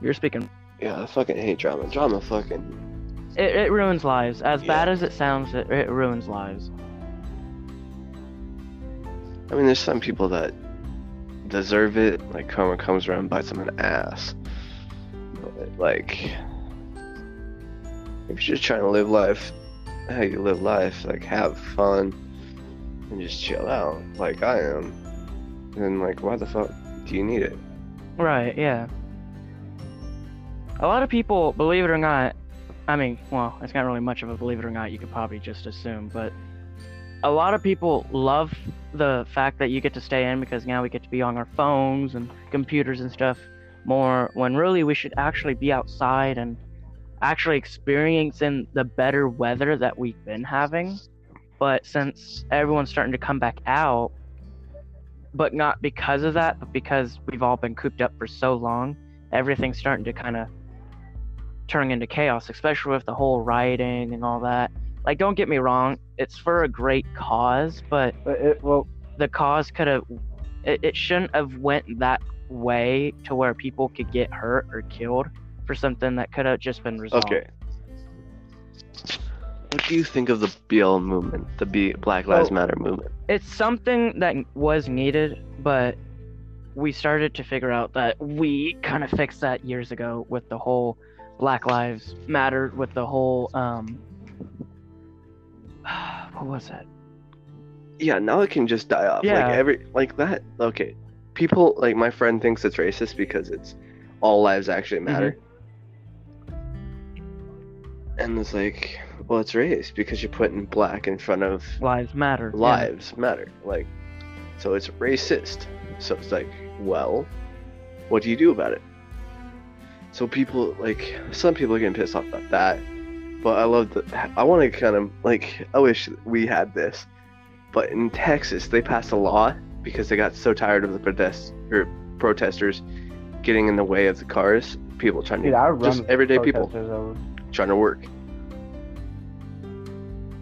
S1: You're speaking.
S5: Yeah, I fucking hate drama. Drama fucking.
S1: It, it ruins lives. As
S5: Yeah.
S1: bad as it sounds, it, it ruins lives.
S5: I mean, there's some people that deserve it. Like karma comes around and bites them an ass. But like, if you're just trying to live life, how you live life, like have fun and just chill out, like I am, then like why the fuck do you need it?
S1: Right, yeah. A lot of people, believe it or not, I mean, well, it's not really much of a believe it or not, you could probably just assume, but a lot of people love the fact that you get to stay in because now we get to be on our phones and computers and stuff more when really we should actually be outside and actually experiencing the better weather that we've been having. But since everyone's starting to come back out, but not because of that, but because we've all been cooped up for so long, everything's starting to kind of turn into chaos, especially with the whole rioting and all that. Like, don't get me wrong, it's for a great cause, but
S4: But it, well,
S1: the cause could have, it, it shouldn't have went that way to where people could get hurt or killed for something that could have just been resolved.
S5: Okay. Um, What do you think of the BL movement, the B Black Lives
S1: Oh.
S5: Matter movement?
S1: it's something that was needed, but we started to figure out that we kind of fixed that years ago with the whole Black Lives Matter, with the whole um, what was it?
S5: Yeah, now it can just die off.
S1: Yeah.
S5: Like every like that. Okay. People like my friend thinks it's racist because it's all lives actually matter. And it's like, well, it's race because you're putting black in front of
S1: Lives Matter. yeah.
S5: lives matter. Like, so it's racist. So it's like, well, what do you do about it? So people, like, some people are getting pissed off about that. But I love the, I want to kind of, like, I wish we had this. But in Texas, they passed a law because they got so tired of the protest or protesters getting in the way of the cars. People trying
S4: dude,
S5: to,
S4: I run
S5: just everyday people
S4: protesters over.
S5: trying to work.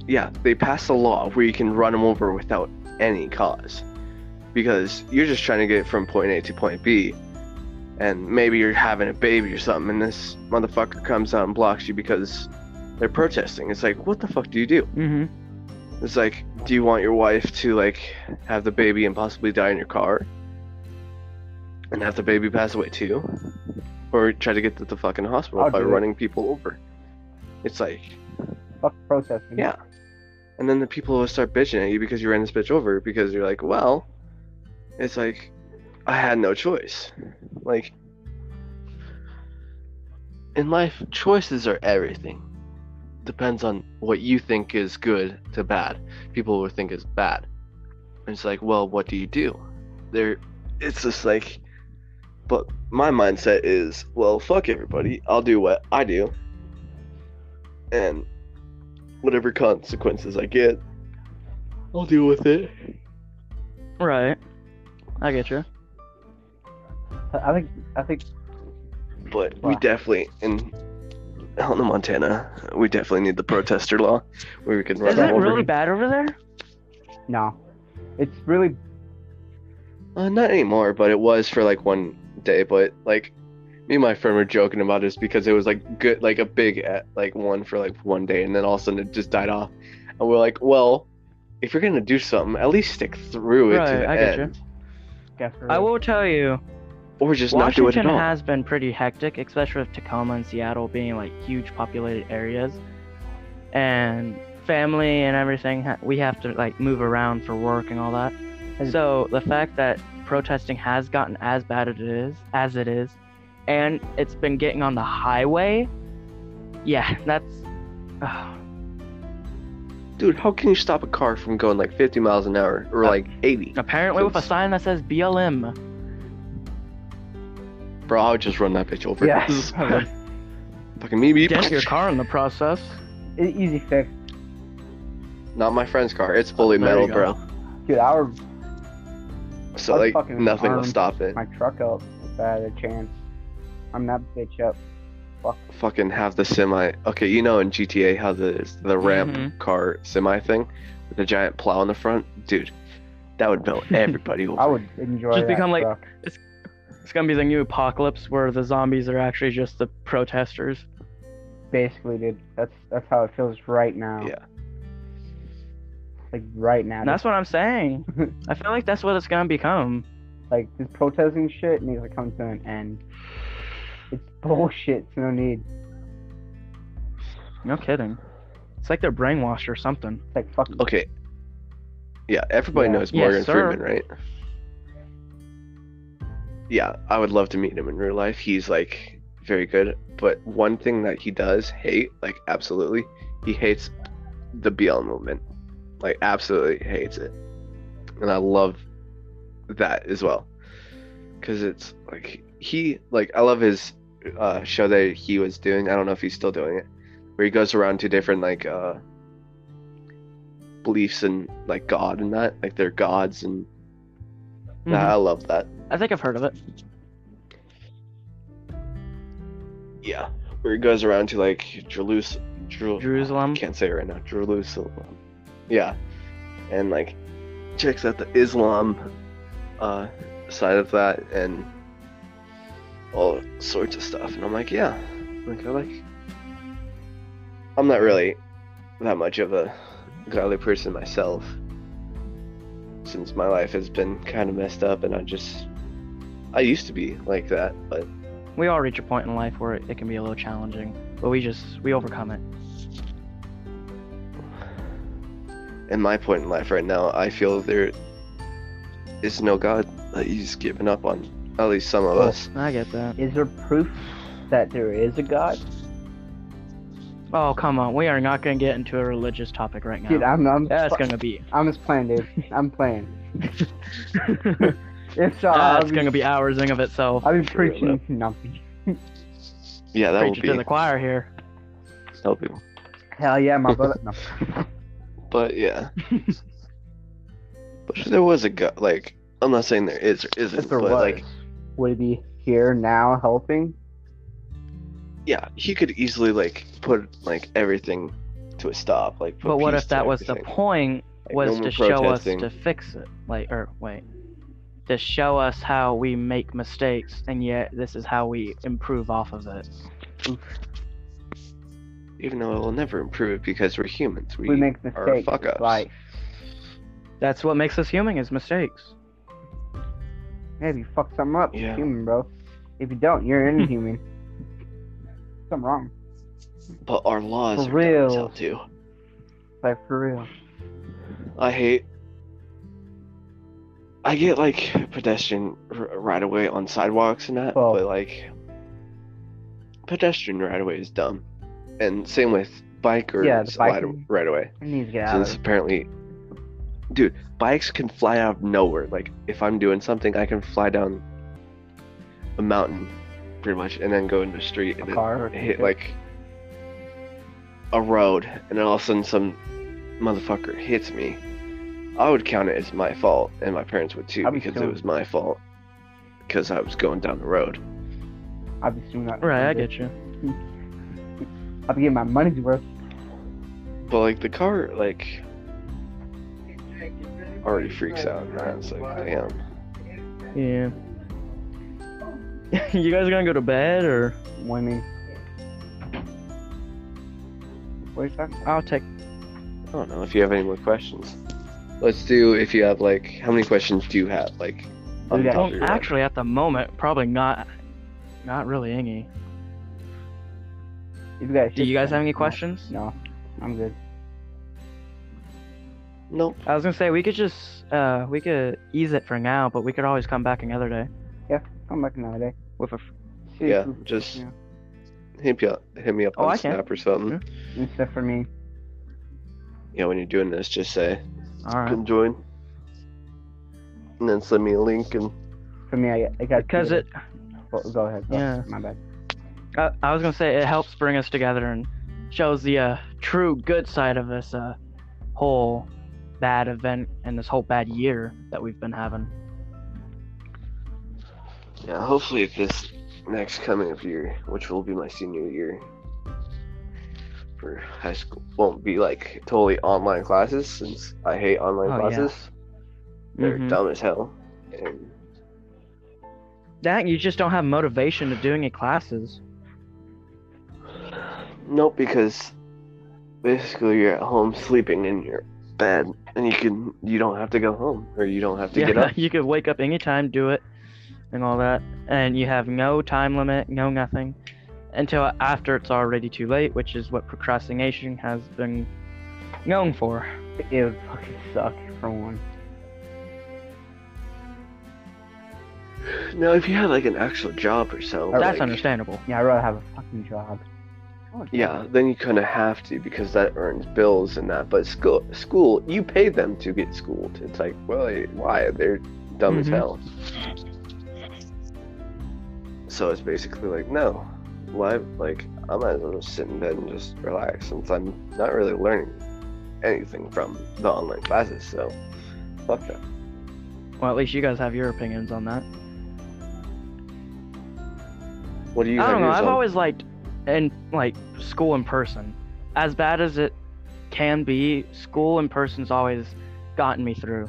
S5: Yeah, they passed a law where you can run them over without any cause. Because you're just trying to get from point A to point B, and maybe you're having a baby or something, and this motherfucker comes out and blocks you because they're protesting. It's like, what the fuck do you do?
S1: Mhm.
S5: It's like, do you want your wife to like have the baby and possibly die in your car, and have the baby pass away too, or try to get to the fucking hospital
S4: I'll
S5: by
S4: do it.
S5: running people over? It's like,
S4: Fuck protesting.
S5: yeah. And then the people will start bitching at you because you ran this bitch over because you're like, well, it's like, I had no choice. Like, in life, choices are everything. Depends on what you think is good to bad. People will think is bad. And it's like, well, what do you do? There, it's just like, but my mindset is, well, fuck everybody. I'll do what I do. And whatever consequences I get, I'll deal with it.
S1: Right. I get you.
S4: I think I think
S5: But we
S4: Wow.
S5: definitely in out in Montana, we definitely need the protester law where we can run
S1: Is
S5: them
S1: it
S5: over.
S1: really bad over there?
S4: no, it's really
S5: Uh, not anymore, but it was for like one day. But like me and my friend were joking about this because it was like good, like a big uh, like one for like one day, and then all of a sudden it just died off. And we're like, well, if you're gonna do something, at least stick through it to
S1: Right,
S5: the
S1: I get you.
S5: end,
S4: definitely.
S1: I will tell you,
S5: or just not do it
S1: Washington
S5: at all.
S1: has been pretty hectic, especially with Tacoma and Seattle being like huge populated areas, and family and everything. ha- We have to like move around for work and all that.
S4: And-
S1: So the fact that protesting has gotten as bad as it is, as it is, and it's been getting on the highway, yeah, that's.
S5: Dude, how can you stop a car from going like 50 miles an hour or
S1: Uh,
S5: like 80?
S1: apparently, with a sign that says BLM.
S5: Bro, I would just run that bitch over.
S4: Yeah.
S5: Fucking me, me.
S1: Dent your car in the process.
S4: E- easy fix.
S5: Not my friend's car. It's fully
S2: There you go.
S5: metal, bro.
S4: Dude, I would
S5: So
S4: I'd
S5: like
S4: fucking
S5: nothing will
S4: arm
S5: stop it.
S4: my truck up if I had a chance. I'm that bitch up.
S5: Fucking have the semi. Okay, you know in GTA how the the ramp
S2: Mm-hmm.
S1: Mhm.
S5: car semi thing with a giant plow in the front, dude. That would melt everybody
S4: I
S5: over.
S4: would enjoy
S1: Just
S4: that
S1: become, like,
S4: truck.
S1: It's gonna be the new apocalypse where the zombies are actually just the protesters.
S4: basically dude. That's that's how it feels right now.
S5: Yeah.
S4: Like right now.
S1: And that's what I'm saying. I feel like that's what it's gonna become.
S4: This- like this protesting shit needs to come to an end. It's bullshit, it's no need.
S1: No kidding. It's like they're brainwashed or something.
S4: It's like fucking
S5: Okay. Yeah, everybody
S4: Mm-hmm. Yeah.
S5: knows
S1: Yes,
S5: Morgan
S1: sir.
S5: Freeman, right? Yeah, I would love to meet him in real life. He's like very good, but one thing that he does hate, like absolutely, he hates the BL movement. Like absolutely hates it. And I love that as well. Cuz it's like he like I love his uh show that he was doing. I don't know if he's still doing it. Where he goes around to different like uh beliefs in like God and that, like they're gods and
S1: Mhm.
S5: Nah, I love that.
S1: I think I've heard of it.
S5: Yeah, where he goes around to like Jerus, Jeru-
S1: Jerusalem.
S5: Can't say it right now. Jerusalem. Yeah, and like checks out the Islam uh, side of that and all sorts of stuff. And I'm like, yeah, like I like. I'm not really that much of a godly person myself, since my life has been kind of messed up, and I just I used to be like that, but
S1: We all reach a point in life where it can be a little challenging, but we just we overcome it.
S5: in my point in life right now, I feel there is no God that he's given up on. At least some
S4: Oh,
S5: of us.
S1: I get that.
S4: Is there proof that there is a god?
S1: Oh come on, we are not gonna get into a religious topic right now.
S4: Dude, I'm I'm,
S1: That's
S4: fu-
S1: gonna be.
S4: I'm just playing, dude. I'm playing. If so, I'll
S1: That's
S4: be,
S1: gonna be hours of itself.
S4: I'll be
S5: Sure, it
S4: preaching nothing.
S5: Yeah, that
S1: Preaching to
S5: will
S1: the
S5: be
S1: choir here.
S5: helping.
S4: Hell yeah, my brother. No.
S5: But yeah. but if there was a God, like I'm not saying there is or isn't,
S4: If there
S5: but
S4: was,
S5: like
S4: would it be here now helping?
S5: yeah, he could easily like put like everything to a stop. Like, put
S1: But what
S5: peace
S1: if
S5: to
S1: that was the
S5: everything.
S1: point?
S5: Like, no
S1: Was
S5: more
S1: to show us
S5: protesting.
S1: to fix it, like or wait, to show us how we make mistakes, and yet this is how we improve off of it.
S5: even though it will never improve because we're humans. We,
S4: We make
S5: are
S4: mistakes.
S5: fuck ups.
S4: Like,
S1: That's what makes us human is mistakes.
S4: hey, if you fuck something up,
S5: Yeah.
S4: you're human, bro. If you don't, you're inhuman. something wrong.
S5: But our laws
S4: For
S5: are dumb as
S4: real.
S5: hell, too.
S4: Like, for real.
S5: I hate. I get like pedestrian r- right away on sidewalks and that,
S4: Oh.
S5: but like pedestrian right away is dumb, and same with bikers
S4: Yeah, the
S5: right,
S4: biking.
S5: right away.
S4: I need to get out of
S5: Since apparently, dude, bikes can fly out of nowhere. Like if I'm doing something, I can fly down a mountain, pretty much, and then go into the street and
S4: a
S5: then
S4: car. or
S5: I hit
S4: something.
S5: like a road and then all of a sudden some motherfucker hits me i would count it as my fault and my parents would too
S4: I'd be
S5: because it
S4: stoned.
S5: was my fault because i was going down the road
S4: I'll be soon not.
S1: Right, I get you.
S4: I'll be getting my money's worth.
S5: but like the car like already freaks out and i was like damn
S1: Yeah. you guys gonna go to bed or?
S4: Women. What are you talking
S1: I'll take.
S5: i don't know if you have any more questions let's do if you have like how many questions do you have like on
S4: We got-
S5: top
S1: Well,
S5: of your head?
S1: oh, actually, at the moment, probably not. Not really any.
S4: If you guys
S1: Do you guys have any questions?
S4: No. I'm good.
S5: nope
S1: I was gonna say we could just uh we could ease it for now, but we could always come back another day
S4: I'm back eh? another day.
S1: with a.
S4: See
S5: Yeah,
S4: who-
S5: just-
S4: yeah.
S5: hit me up hit me up
S1: Oh,
S5: on
S1: I can.
S5: snap or something
S1: Yeah.
S4: Except for me.
S5: yeah when you're doing this just say
S1: All right.
S5: come join and then send me a link and
S4: For me, I, I got.
S1: Because
S4: two.
S1: it
S4: Well, go ahead. Go.
S1: Yeah.
S4: My bad.
S1: Uh, I was gonna say it helps bring us together and shows the uh, true good side of this uh, whole bad event and this whole bad year that we've been having.
S5: Yeah, hopefully at this next coming up year, which will be my senior year for high school, won't be like totally online classes since I hate online
S1: Oh, yeah.
S5: classes. They're
S1: Mhm.
S5: dumb as hell. And
S1: That you just don't have motivation to doing your classes.
S5: nope, because basically you're at home sleeping in your bed, and you can you don't have to go home or you don't have to
S1: yeah,
S5: get up.
S1: you could wake up anytime, do it, and all that, and you have no time limit, no nothing, until after it's already too late, which is what procrastination has been known for.
S4: It would fucking suck for one.
S5: Now, if you had like an actual job or so,
S4: Or,
S1: That's
S5: like,
S1: understandable.
S4: Yeah, I'd rather have a fucking job.
S5: Yeah, then you kind of have to because that earns bills and that. But school, school, you pay them to get schooled. It's like, well, eh, why? They're dumb as
S1: Mhm.
S5: hell. So it's basically like, no, why? Like, I might as well just sit in bed and just relax since I'm not really learning anything from the online classes. So, fuck that.
S1: Well, at least you guys have your opinions on that.
S5: What do you?
S1: I
S5: have
S1: don't know.
S5: yours
S1: I've
S5: on?
S1: always liked in like school in person. As bad as it can be, school in person's always gotten me through.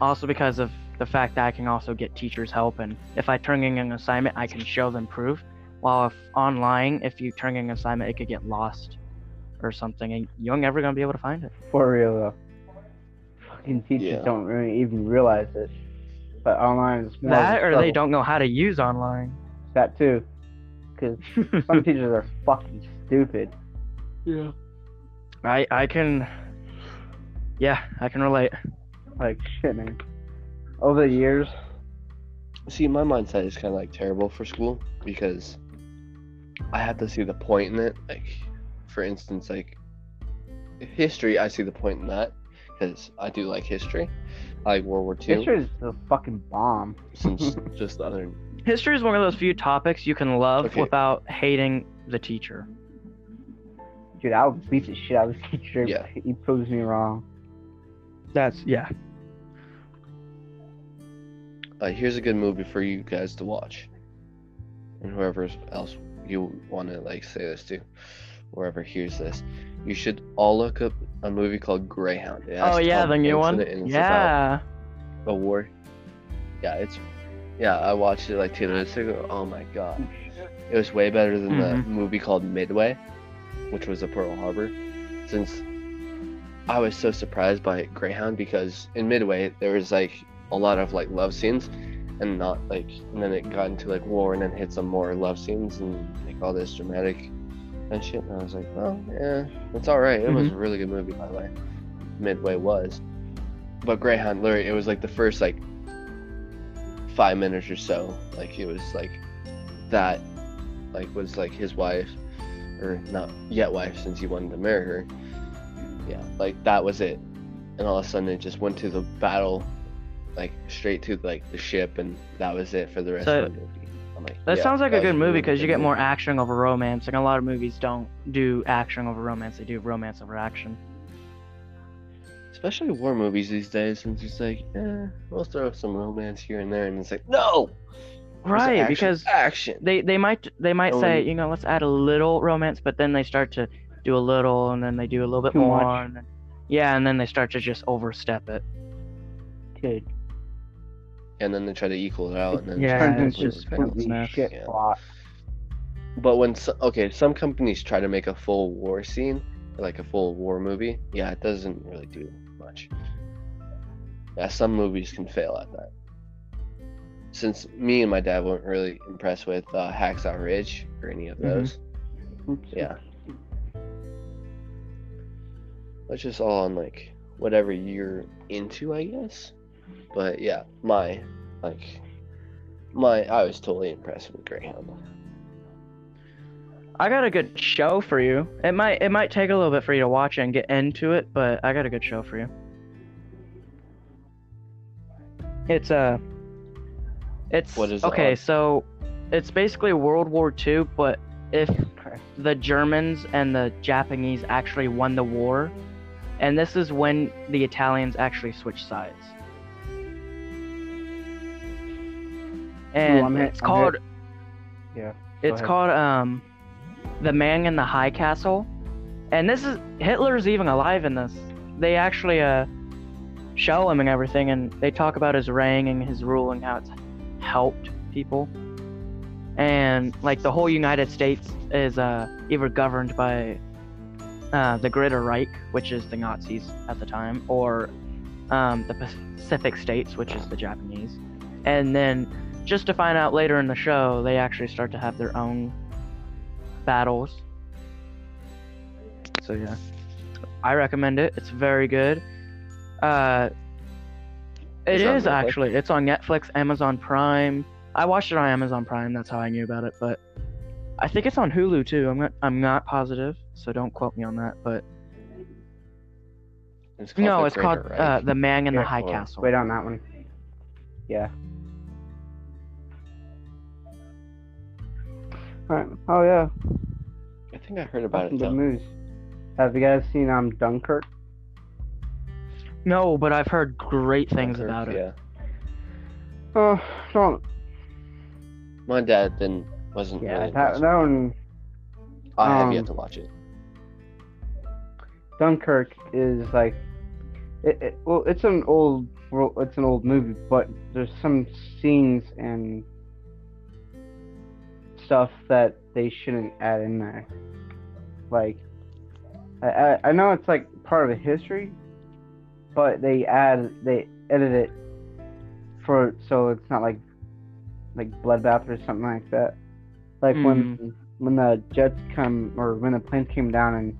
S1: Also because of the fact that I can also get teachers help and if I turn in an assignment I can show them proof. While if online, if you turn in an assignment it could get lost or something and you're never gonna be able to find it.
S4: For real though. Fucking teachers
S5: Yeah.
S4: don't really even realize it. But online is more of a
S1: that or they
S4: struggle.
S1: don't know how to use online.
S4: That too. Because some teachers are fucking stupid.
S1: I I can Yeah, I can relate.
S4: Like shit, man. Over the years,
S5: See, my mindset is kind of like terrible for school because I have to see the point in it. Like, for instance, like history, I see the point in that because I do like history. I like World War II
S4: teachers is a fucking bomb.
S5: since just the other.
S1: History is one of those few topics you can love
S5: Okay.
S1: without hating the teacher.
S4: Dude, I would beat the shit out of this teacher.
S5: Yeah.
S4: if He proves me wrong.
S1: That's yeah.
S5: Uh, here's a good movie for you guys to watch, and whoever else you want to like say this to, whoever hears this, you should all look up a movie called Greyhound. It
S1: oh
S5: has
S1: yeah,
S5: Tom
S1: the new
S5: Hanks
S1: one.
S5: in it, and it's about-
S1: yeah.
S5: a war. Yeah, it's yeah. I watched it like two minutes ago. Oh my god, it was way better than
S1: Mhm.
S5: the movie called Midway, which was a Pearl Harbor. Since I was so surprised by Greyhound because in Midway there was like a lot of like love scenes, and not like and then it got into like war and then hit some more love scenes and like all this dramatic and shit. And I was like, oh yeah, it's all right. It was a really good movie by the way. Midway was but Greyhound literally it was like the first like five minutes or so. Like it was like that like was like his wife or not yet wife since he wanted to marry her. Yeah, like that was it. And all of a sudden it just went to the battle like straight to like the ship and that was it for the rest
S1: So-
S5: of the movie. I'm like,
S1: That
S5: yeah,
S1: sounds like a
S5: that was
S1: good movie
S5: really
S1: because you
S5: good
S1: get
S5: movie.
S1: more action over romance. Like a lot of movies don't do action over romance; they do romance over action.
S5: especially war movies these days since it's like, eh, we'll throw some romance here and there and it's like, no! There's
S1: Right,
S5: action-
S1: because
S5: action.
S1: they they might they might
S5: Oh,
S1: say
S5: and-
S1: you know let's add a little romance, but then they start to do a little, and then they do a little bit
S4: Too
S1: more,
S4: much.
S1: and then, yeah, and then they start to just overstep it.
S4: Dude,
S5: and then they try to equal it out. And then
S1: Yeah,
S5: try to
S1: it's
S5: completely
S1: just
S5: balance.
S1: completely-
S4: completely
S1: mess.
S4: shit
S5: Yeah.
S4: plot.
S5: But when so, okay, some companies try to make a full war scene, like a full war movie. Yeah, it doesn't really do much. Yeah, some movies can fail at that. Since me and my dad weren't really impressed with uh, Hacksaw Ridge or any of
S1: Mhm.
S5: those,
S4: Oops.
S5: yeah. That's just all on like whatever you're into, I guess. But yeah, my like my I was totally impressed with Greyhound.
S1: I got a good show for you. It might it might take a little bit for you to watch it and get into it, but I got a good show for you. It's uh, it's
S5: What is it
S1: okay.
S5: on?
S1: So it's basically World War II, but if
S4: Okay.
S1: the Germans and the Japanese actually won the war, and this is when the Italians actually switched sides.
S4: Ooh, I'm
S1: And
S4: hit-
S1: it's
S4: I'm
S1: called
S4: Yeah. go
S1: it's
S4: ahead.
S1: called um, the Man in the High Castle, and this is Hitler's even alive in this. They actually uh, show him and everything, and they talk about his reign and his rule and how it's helped people. And like the whole United States is uh, either governed by uh, the Greater Reich, which is the Nazis at the time, or um, the Pacific States, which is the Japanese, and then just to find out later in the show, they actually start to have their own battles. So yeah, I recommend it. It's very good. Uh, it
S5: It's on
S1: is
S5: Netflix?
S1: actually. It's on Netflix, Amazon Prime. I watched it on Amazon Prime. That's how I knew about it. But I think it's on Hulu too. I'm not. I'm not positive, so don't quote me on that. But
S5: It's called
S1: no,
S5: The
S1: it's called
S5: Greater
S1: uh,
S5: Reich.
S1: the Man in the
S4: Yeah,
S1: High
S5: or-
S1: Castle.
S4: Wait on that one. Yeah. Alright. Oh yeah.
S5: I think I heard about
S4: Awesome
S5: it
S4: good
S5: though.
S4: news. Have you guys seen um Dunkirk?
S1: No, but I've heard great things about it.
S5: Yeah,
S4: Oh, don't.
S5: my dad then wasn't
S4: Yeah,
S5: really.
S4: that,
S5: impressed.
S4: that one.
S5: I have
S4: um,
S5: yet to watch it.
S4: Dunkirk is like, it, it, well, it's an old, well, it's an old movie, but there's some scenes and stuff that they shouldn't add in there. Like, I, I, I know it's like part of a history, but they add, they edit it for so it's not like, like bloodbath or something like that. Like when when the jets come or when the planes came down and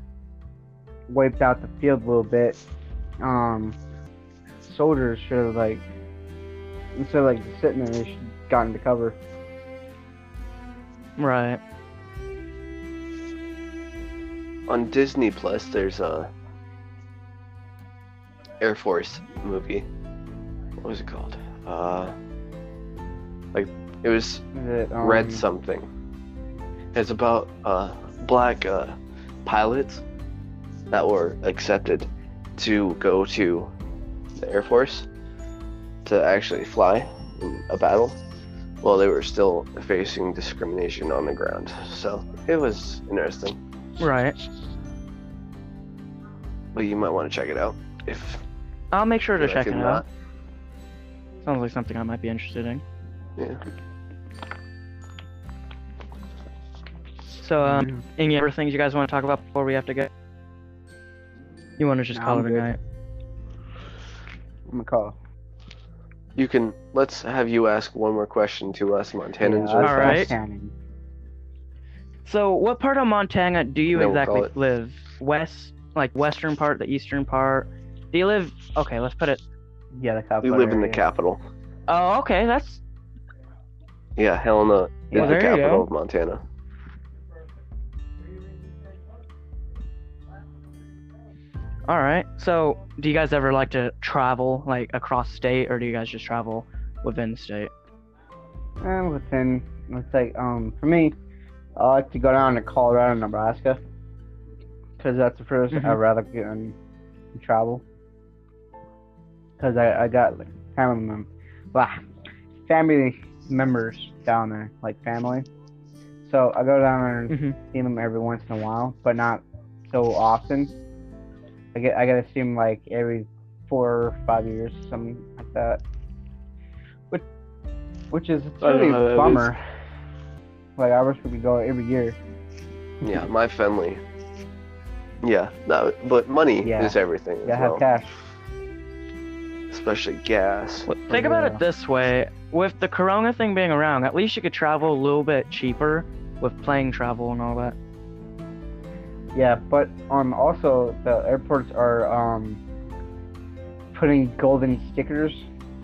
S4: wiped out the field a little bit. Um, soldiers should have like instead of like just sitting there, they should have gotten to cover.
S1: Right.
S5: On Disney Plus, there's a Air Force movie. What was it called? Uh, like it was
S4: That, um,
S5: Red something. It's about uh, black uh, pilots that were accepted to go to the Air Force to actually fly in a battle while they were still facing discrimination on the ground. So it was interesting.
S1: Right.
S5: But you might want to check it out if
S1: I'll make sure to
S5: if
S1: check it
S5: you're
S1: out. Sounds like something I might be interested in.
S5: Yeah.
S1: So,
S4: Mm-hmm.
S1: um, any other things you guys want to talk about before we have to go? You want to just
S4: No,
S1: call
S4: I'm
S1: it a
S4: good.
S1: night?
S4: I'm gonna call.
S5: You can let's have you ask one more question to us, Montanans.
S4: Yeah,
S5: or
S1: All
S4: that's
S5: something.
S1: right.
S4: outstanding.
S1: So, what part of Montana do you
S5: No, we'll call
S1: exactly
S5: it.
S1: live? West, like western part, the eastern part. Do you live? Okay, let's put it.
S4: Yeah, the cop.
S5: We live in the
S4: area.
S5: capital.
S1: Oh, okay, that's
S5: Yeah, Helena is
S1: Well, there
S5: the
S1: you go.
S5: capital of Montana.
S1: all right. So, do you guys ever like to travel like across state, or do you guys just travel within state?
S4: And within, it's like um for me, I like to go down to Colorado, Nebraska, because that's the 1st i
S1: Mhm.
S4: I'd rather get and travel. Because I I got like family mem- blah, family members down there, like family. So I go down there and
S1: Mhm.
S4: see them every once in a while, but not so often. I get I gotta see them like every four or five years, something like that. Which which is it's
S5: I don't
S4: really
S5: know how that
S4: a bummer. Like I wish we could go every year.
S5: Yeah, my family. Yeah, that, but money
S4: Yeah.
S5: is everything as
S4: You gotta
S5: well,
S4: have cash.
S5: especially gas.
S1: Think about
S4: Yeah.
S1: it this way: with the Corona thing being around, at least you could travel a little bit cheaper with plane travel and all that.
S4: Yeah, but um also the airports are um putting golden stickers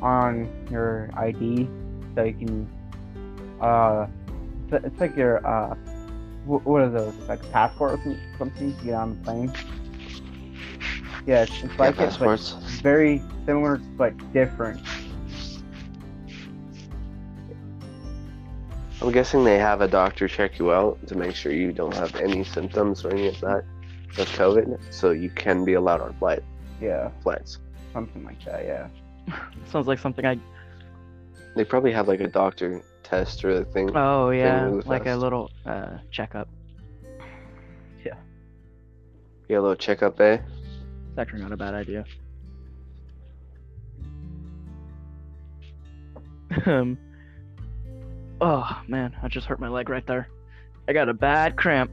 S4: on your ID so you can uh it's, it's like your uh wh- what are those like passport or some- something to get on the plane. Yeah, it's, it's
S5: Yeah,
S4: like it, but
S5: passports.
S4: very similar but different.
S5: I'm guessing they have a doctor check you out to make sure you don't have any symptoms or any of that of COVID, so you can be allowed on flight
S4: Yeah,
S5: flights.
S4: something like that. Yeah.
S1: Sounds like something I.
S5: They probably have like a doctor test or a thing.
S1: Oh yeah,
S5: with
S1: like a
S5: us.
S1: little uh, checkup.
S5: Get a little checkup there.
S1: It's actually not a bad idea. Um. Oh man, I just hurt my leg right there. I got a bad cramp.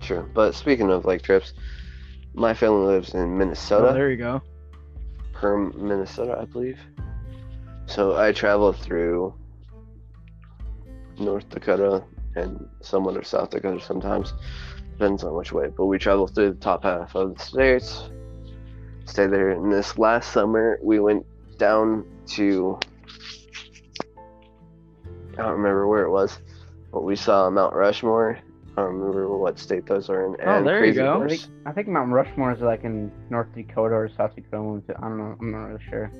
S5: Sure. But speaking of like trips, my family lives in Minnesota.
S1: Oh, there you go.
S5: Perm, Minnesota, I believe. So I traveled through North Dakota and somewhat of South Dakota sometimes. Depends on which way. But we traveled through the top half of the states. Stay there. And this last summer, we went down to. I don't remember where it was, but we saw Mount Rushmore. I don't remember what state those are in.
S1: Oh, there you
S5: Crazy
S1: go.
S4: I
S5: Horse.
S4: think, I think Mount Rushmore is like in North Dakota or South Dakota. I don't know. I'm not really sure.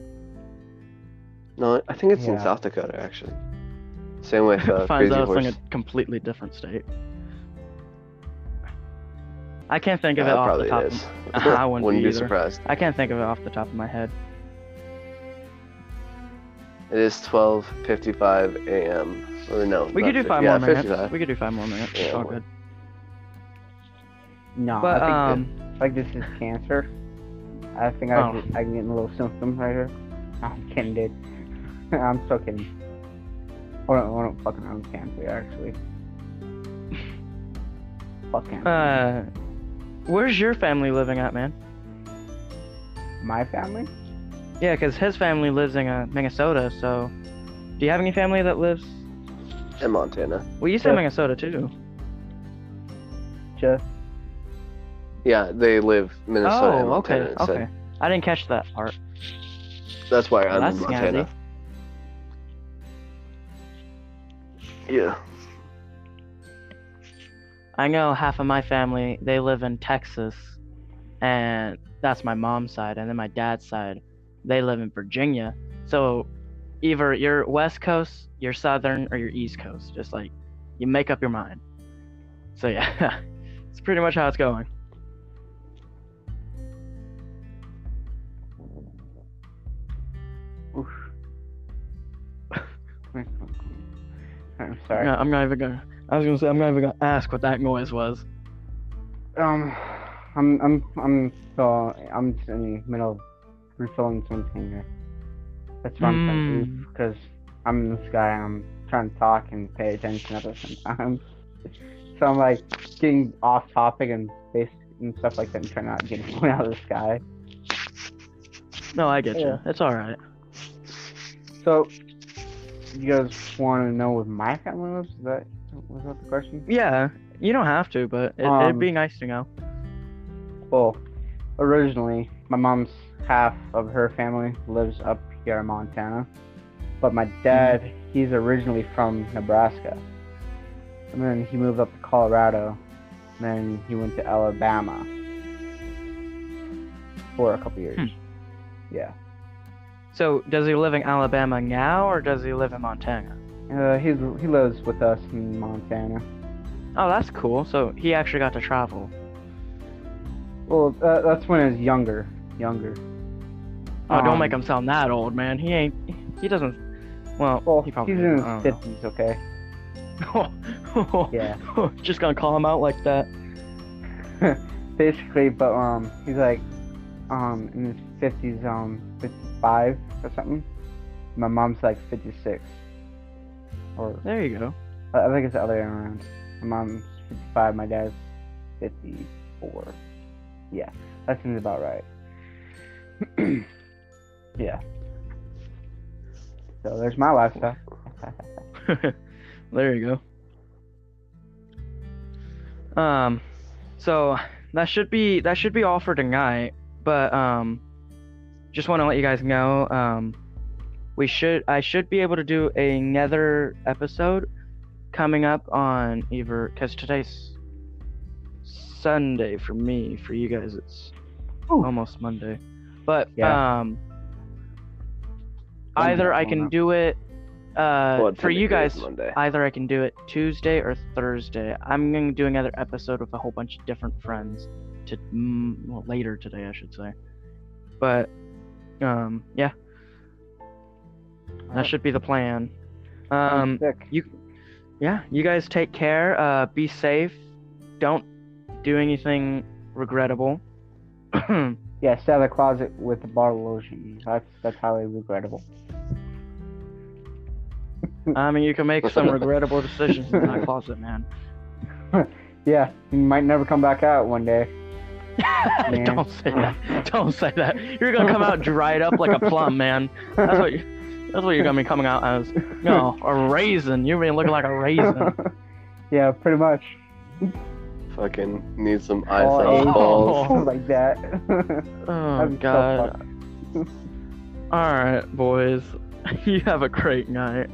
S5: No, I think it's in
S4: Yeah.
S5: South Dakota actually. Same with uh,
S1: Finds
S5: Crazy
S1: out it's
S5: Horse.
S1: in a completely different state. I can't think of
S5: Yeah,
S1: it off
S5: Uh, probably
S1: the top.
S5: is.
S1: Of... I wouldn't, be, either.
S5: surprised.
S1: I can't think of it off the top of my head.
S5: It is 12:55 a.m. Or no,
S1: We
S5: not
S1: could do
S5: fif-
S1: five
S5: yeah,
S1: more minutes.
S5: 55.
S1: We could do five more minutes.
S5: Yeah,
S1: it's all
S5: we-
S1: good.
S4: No,
S1: But
S4: I think
S1: um,
S4: that- like this is cancer. I think
S1: Oh.
S4: I, get- I can get a little symptom right here. I'm kidding, dude. I'm so kidding. I don't, I don't fucking own cancer actually. fucking
S1: uh, where's your family living at, man?
S4: my family.
S1: Yeah, 'cause his family lives in uh, Minnesota. So, do you have any family that lives?
S5: in Montana.
S1: Well, you said
S4: Yeah.
S1: Minnesota too.
S4: Just
S5: Yeah, they live Minnesota and
S1: oh, okay,
S5: Montana. so
S1: okay. I didn't catch that part.
S5: That's why I'm
S1: That's
S5: in Montana. Yeah.
S1: I know half of my family they live in Texas, and that's my mom's side, and then my dad's side, they live in Virginia. So, either you're West Coast, you're Southern, or you're East Coast. Just like you make up your mind. So yeah, it's pretty much how it's going.
S4: oof. I'm sorry.
S1: No, I'm not even gonna. I was gonna say I'm not even gonna ask what that noise was.
S4: Um, I'm I'm I'm so I'm just in the middle of refilling something here. That's what I'm
S1: Mm.
S4: trying because I'm this guy. I'm trying to talk and pay attention at the same time. So I'm like getting off topic and base and stuff like that, and trying not to get blown out of the sky.
S1: No, I get
S4: Yeah.
S1: you. It's all right.
S4: So, you guys want to know what my family lives? Is that was that the question?
S1: Yeah, you don't have to, but it, it'd
S4: Um,
S1: be nice to know.
S4: Well, originally, my mom's half of her family lives up here in Montana, but my dad, he's originally from Nebraska. And then he moved up to Colorado, and then he went to Alabama for a couple years.
S1: Hmm.
S4: Yeah.
S1: So, does he live in Alabama now, or does he live in Montana?
S4: Uh, he's, he lives with us in Montana.
S1: Oh, that's cool. So he actually got to travel.
S4: Well, that, that's when he was younger. Younger.
S1: Oh, don't make
S4: Um,
S1: him sound that old, man. He ain't. He doesn't. Well,
S4: Well,
S1: he
S4: he's
S1: probably.
S4: in
S1: is.
S4: his
S1: I don't know.
S4: 50s, okay? Yeah.
S1: Just gonna call him out like that.
S4: basically, but um, he's like, um, in his fifties, um, fifty-five or something. My mom's like fifty-six, or
S1: There you go.
S4: I I think it's the other way around. My mom's fifty-five, my dad's fifty-four. Yeah, that seems about right. yeah. So there's my lifestyle.
S1: there you go. Um, so that should be that should be all for tonight. But um, just want to let you guys know um, we should I should be able to do another episode coming up on either because today's Sunday for me. For you guys, it's
S4: Ooh.
S1: almost Monday. But
S4: Yeah.
S1: um,
S4: Monday,
S1: either I
S4: hold
S1: can
S4: on.
S1: do it Uh,
S6: Well,
S1: for you
S6: technically
S1: guys,
S6: it's Monday.
S1: either I can do it Tuesday or Thursday. I'm going to do another episode with a whole bunch of different friends to mm, well, later today, I should say. But um, yeah, that
S4: Alright.
S1: should be the plan.
S4: I'm
S1: Um,
S4: sick.
S1: you, yeah, you guys take care. Uh, be safe. Don't do anything regrettable.
S4: Yeah, stay out of the closet with a bottle of lotion. That's that's highly regrettable.
S1: I mean, you can make some regrettable decisions in that closet, man.
S4: Yeah, you might never come back out one day. Man.
S1: Don't say that. Don't say that. You're gonna come out dried up like a plum, man. That's what. You, that's what you're gonna be coming out as. No, a raisin. You're gonna be looking like a raisin.
S4: yeah, pretty much.
S5: Fucking need some
S4: All
S5: iPhone
S4: A's,
S5: balls.
S1: Oh.
S4: like that.
S1: Oh
S4: I'm so
S1: God.
S4: fucked.
S1: All right, boys. You have a great night.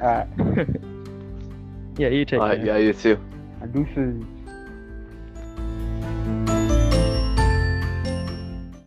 S4: Alright,
S1: Yeah, you take
S5: Uh,
S1: care.
S5: yeah, you too.
S4: deuces.